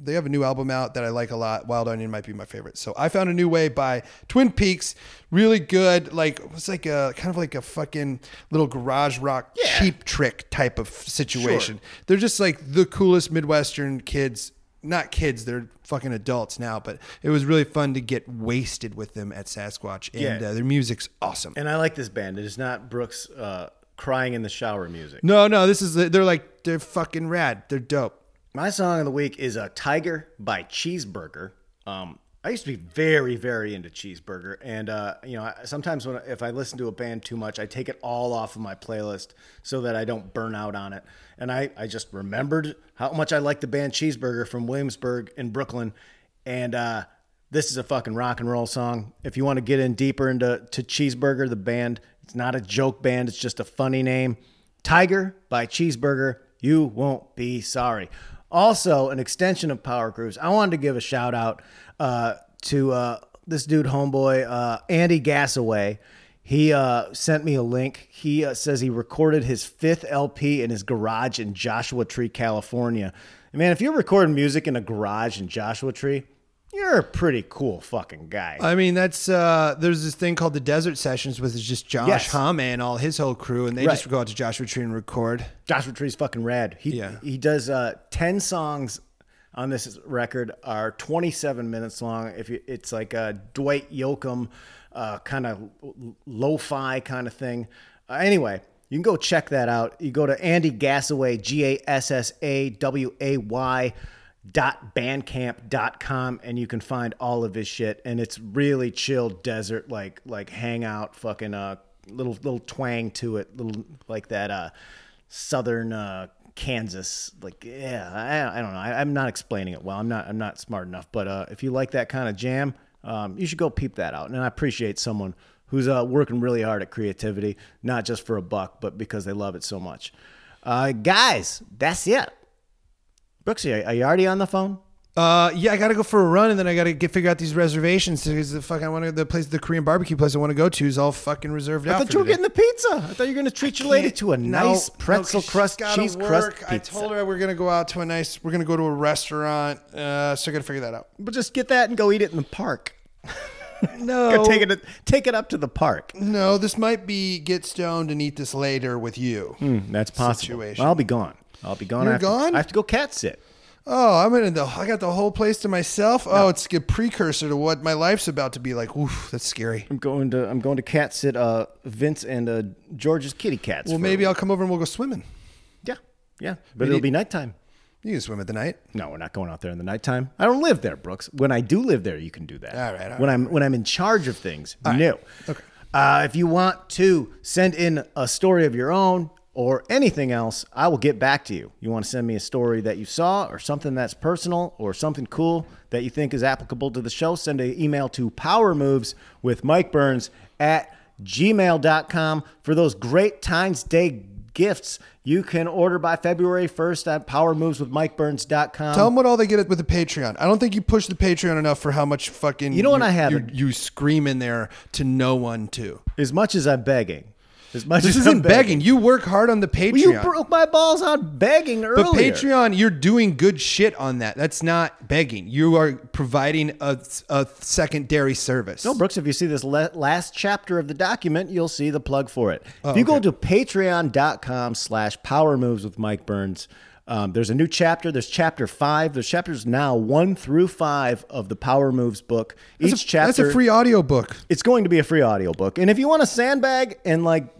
B: they have a new album out that I like a lot. Wild Onion might be my favorite. So I found a new way by Twin Peaks, really good. Like it was like a kind of like a fucking little garage rock cheap trick type of situation. They're just like the coolest Midwestern kids. Not kids, they're fucking adults now, but it was really fun to get wasted with them at Sasquatch, and
A: Yeah.
B: uh, their music's awesome.
A: And I like this band. It is not Brooks' uh, crying in the shower music.
B: No, no, this is they're like they're fucking rad. They're dope.
A: My song of the week is a Tiger by Cheeseburger. Um, I used to be very, very into Cheeseburger, and uh, you know, I, sometimes when if I listen to a band too much, I take it all off of my playlist so that I don't burn out on it. And I, I just remembered how much I liked the band Cheeseburger from Williamsburg in Brooklyn, and uh, this is a fucking rock and roll song. If you want to get in deeper into to Cheeseburger, the band, it's not a joke band. It's just a funny name. Tiger by Cheeseburger. You won't be sorry. Also, an extension of Power Grooves. I wanted to give a shout out uh, to uh, this dude, homeboy uh, Andy Gasaway. He uh, sent me a link. He uh, says he recorded his fifth LP in his garage in Joshua Tree, California. Man, if you're recording music in a garage in Joshua Tree, you're a pretty cool fucking guy.
B: I mean, that's uh, there's this thing called the Desert Sessions, which is just Josh
A: Yes.
B: Homme and all his whole crew, and they
A: Right.
B: just go out to Joshua Tree and record.
A: Joshua Tree's fucking rad. He
B: Yeah.
A: he does uh, ten songs on this record are twenty seven minutes long. If you, it's like a Dwight Yoakam uh, kind of lo-fi kind of thing. Uh, anyway, you can go check that out. You go to Andy Gassaway G A S S A W A Y dot bandcamp.com and you can find all of his shit and it's really chill desert like like hangout fucking uh little little twang to it little like that uh southern uh, Kansas. Like, yeah, I, I don't know. I, I'm not explaining it well. I'm not. I'm not smart enough. But uh, if you like that kind of jam, um, you should go peep that out. And I appreciate someone who's uh, working really hard at creativity, not just for a buck, but because they love it so much. Uh, guys, that's it. Brooksy, are, are you already on the phone?
B: Uh, yeah, I gotta go for a run, and then I gotta get figure out these reservations because the fucking I want to the place, the Korean barbecue place I want to go to is all fucking reserved
A: I
B: out.
A: thought
B: for
A: you were
B: today.
A: getting the pizza. I thought you were going to treat your lady to a nice
B: No, no,
A: pretzel
B: 'cause she's
A: crust,
B: gotta
A: cheese crust
B: work.
A: pizza.
B: I told her we're gonna go out to a nice. We're gonna go to a restaurant. Uh, so I gotta figure that out.
A: But just get that and go eat it in the park.
B: No,
A: take it. Take it up to the park.
B: no, this might be get stoned and eat this later with you.
A: That's possible.
B: situation.
A: Well, I'll be gone. I'll be gone. I
B: You're
A: have to-
B: gone?
A: I have to go cat sit.
B: Oh, I'm in the. I got the whole place to myself. Oh, it's a precursor to what my life's about to be like. Oof, that's scary.
A: I'm going to I'm going to cat sit uh, Vince and uh, George's kitty cats.
B: Well,
A: for-
B: maybe I'll come over and we'll go swimming.
A: yeah, yeah. But it'll be nighttime.
B: You can swim at the night.
A: No, we're not going out there in the nighttime. I don't live there, Brooks. When I do live there, you can do that.
B: All right, all right,
A: when I'm when I'm in charge of things, no.
B: Okay.
A: Uh, if you want to send in a story of your own or anything else, I will get back to you. You want to send me a story that you saw or something that's personal or something cool that you think is applicable to the show, send an email to Power Moves with Mike Burns at gmail.com for those great Times Day gifts. You can order by February 1st at powermoveswithmikeburns.com.
B: Tell them what all they get with the Patreon. I don't think you push the Patreon enough for how much fucking
A: You know what I
B: You,
A: haven't?
B: you scream in there to no one too.
A: As much as I'm begging, as much
B: This
A: as I'm
B: isn't begging. You work hard on the Patreon.
A: You broke my balls on begging earlier.
B: but Patreon, you're doing good shit on that. That's not begging. You are providing a, a secondary service.
A: No, Brooks, if you see this la- last chapter of the document, you'll see the plug for it. if you go to patreon.com slash power moves with Mike Burns, um, there's a new chapter. There's chapter five. There's chapters now one through five of the Power Moves book. Each
B: that's a,
A: chapter
B: That's a free audiobook.
A: it's going to be a free audiobook. And if you want to sandbag and like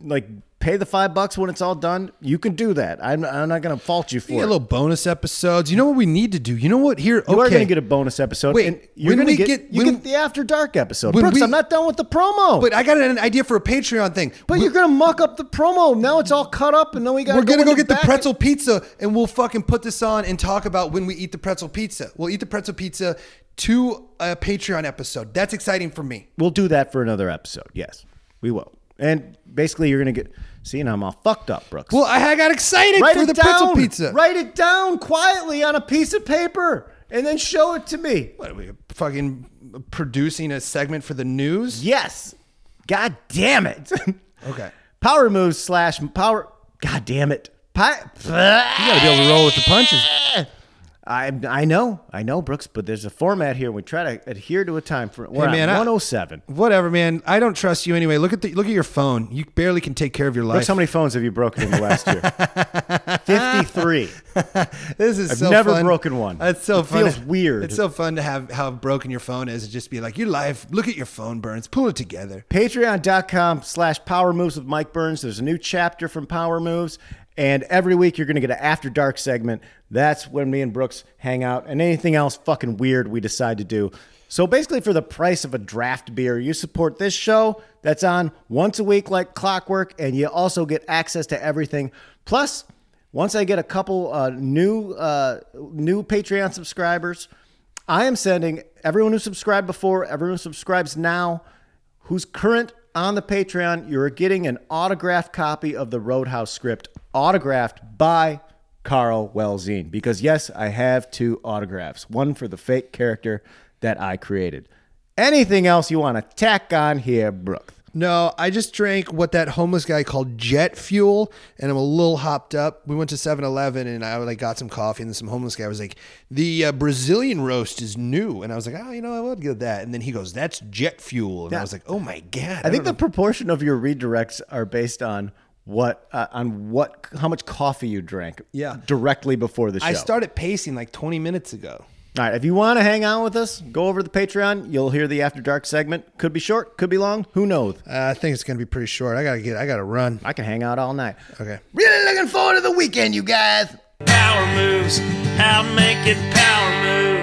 A: like pay the five bucks when it's all done, you can do that. I'm, I'm not going to fault you for
B: Yeah,
A: it.
B: little bonus episodes. You know what we need to do? You know what? Here, okay.
A: You are going to get a bonus episode.
B: Wait,
A: and you're
B: when
A: going to get,
B: we get-
A: you
B: when-
A: get the after dark episode.
B: When
A: Brooks,
B: we-
A: I'm not done with the promo.
B: But I got an idea for a Patreon thing.
A: But
B: We-
A: you're gonna muck up the promo. Now it's all cut up, and then we gotta.
B: We're gonna
A: in
B: go get the
A: back-
B: pretzel pizza, and we'll fucking put this on and talk about when we eat the pretzel pizza. We'll eat the pretzel pizza to a Patreon episode. That's exciting for me.
A: We'll do that for another episode. Yes, we will. And basically, you're gonna get. See, now I'm all fucked up, Brooks.
B: Well, I I got excited
A: write
B: for
A: it
B: the
A: down.
B: pretzel pizza.
A: Write it down quietly on a piece of paper, and then show it to me.
B: What are we fucking producing a segment for the news?
A: Yes. God damn it.
B: Okay.
A: power moves slash power. God damn it. Pi-
B: You gotta be able to roll with the punches.
A: I I know I know Brooks, but there's a format here. We try to adhere to a time for. We're oh
B: Hey, man,
A: at
B: I-
A: 107.
B: Whatever, man. I don't trust you anyway. Look at the look at your phone. You barely can take care of your life.
A: Brooks, how many phones have you broken in the last year? 53.
B: This is
A: I've
B: so
A: never
B: fun.
A: broken one.
B: It's so
A: It
B: fun.
A: feels weird.
B: It's so fun to have how broken your phone is. and Just be like, your life. Look at your phone burns. Pull it together.
A: Patreon.com slash Power Moves with Mike Burns. There's a new chapter from Power Moves. And every week you're going to get an After Dark segment. That's when me and Brooks hang out and anything else fucking weird we decide to do. So basically, for the price of a draft beer, you support this show that's on once a week like clockwork, and you also get access to everything. Plus, once I get a couple uh, new uh, new Patreon subscribers, I am sending everyone who subscribed before, everyone who subscribes now, who's current on the Patreon, you're getting an autographed copy of the Roadhouse script, autographed by Carl Welzine. Because yes, I have two autographs one for the fake character that I created. Anything else you want to tack on here, Brooke?
B: No, I just drank what that homeless guy called jet fuel, and I'm a little hopped up. We went to 7-Eleven, and I like got some coffee, and then some homeless guy was like, "The uh, Brazilian roast is new," and I was like, "Oh, you know, I would get that." And then he goes, "That's jet fuel," and I was like, "Oh my god!"
A: I think the proportion of your redirects are based on what uh, on what how much coffee you drank
B: Yeah.
A: directly before the show.
B: I started pacing like 20 minutes ago.
A: All right, if you want to hang out with us, go over to the Patreon. You'll hear the After Dark segment. Could be short, could be long. Who knows?
B: Uh, I think it's gonna be pretty short. I gotta get. I gotta run.
A: I can hang out all night.
B: Okay.
A: Really looking forward to the weekend, you guys.
C: Power moves. How to make it power move.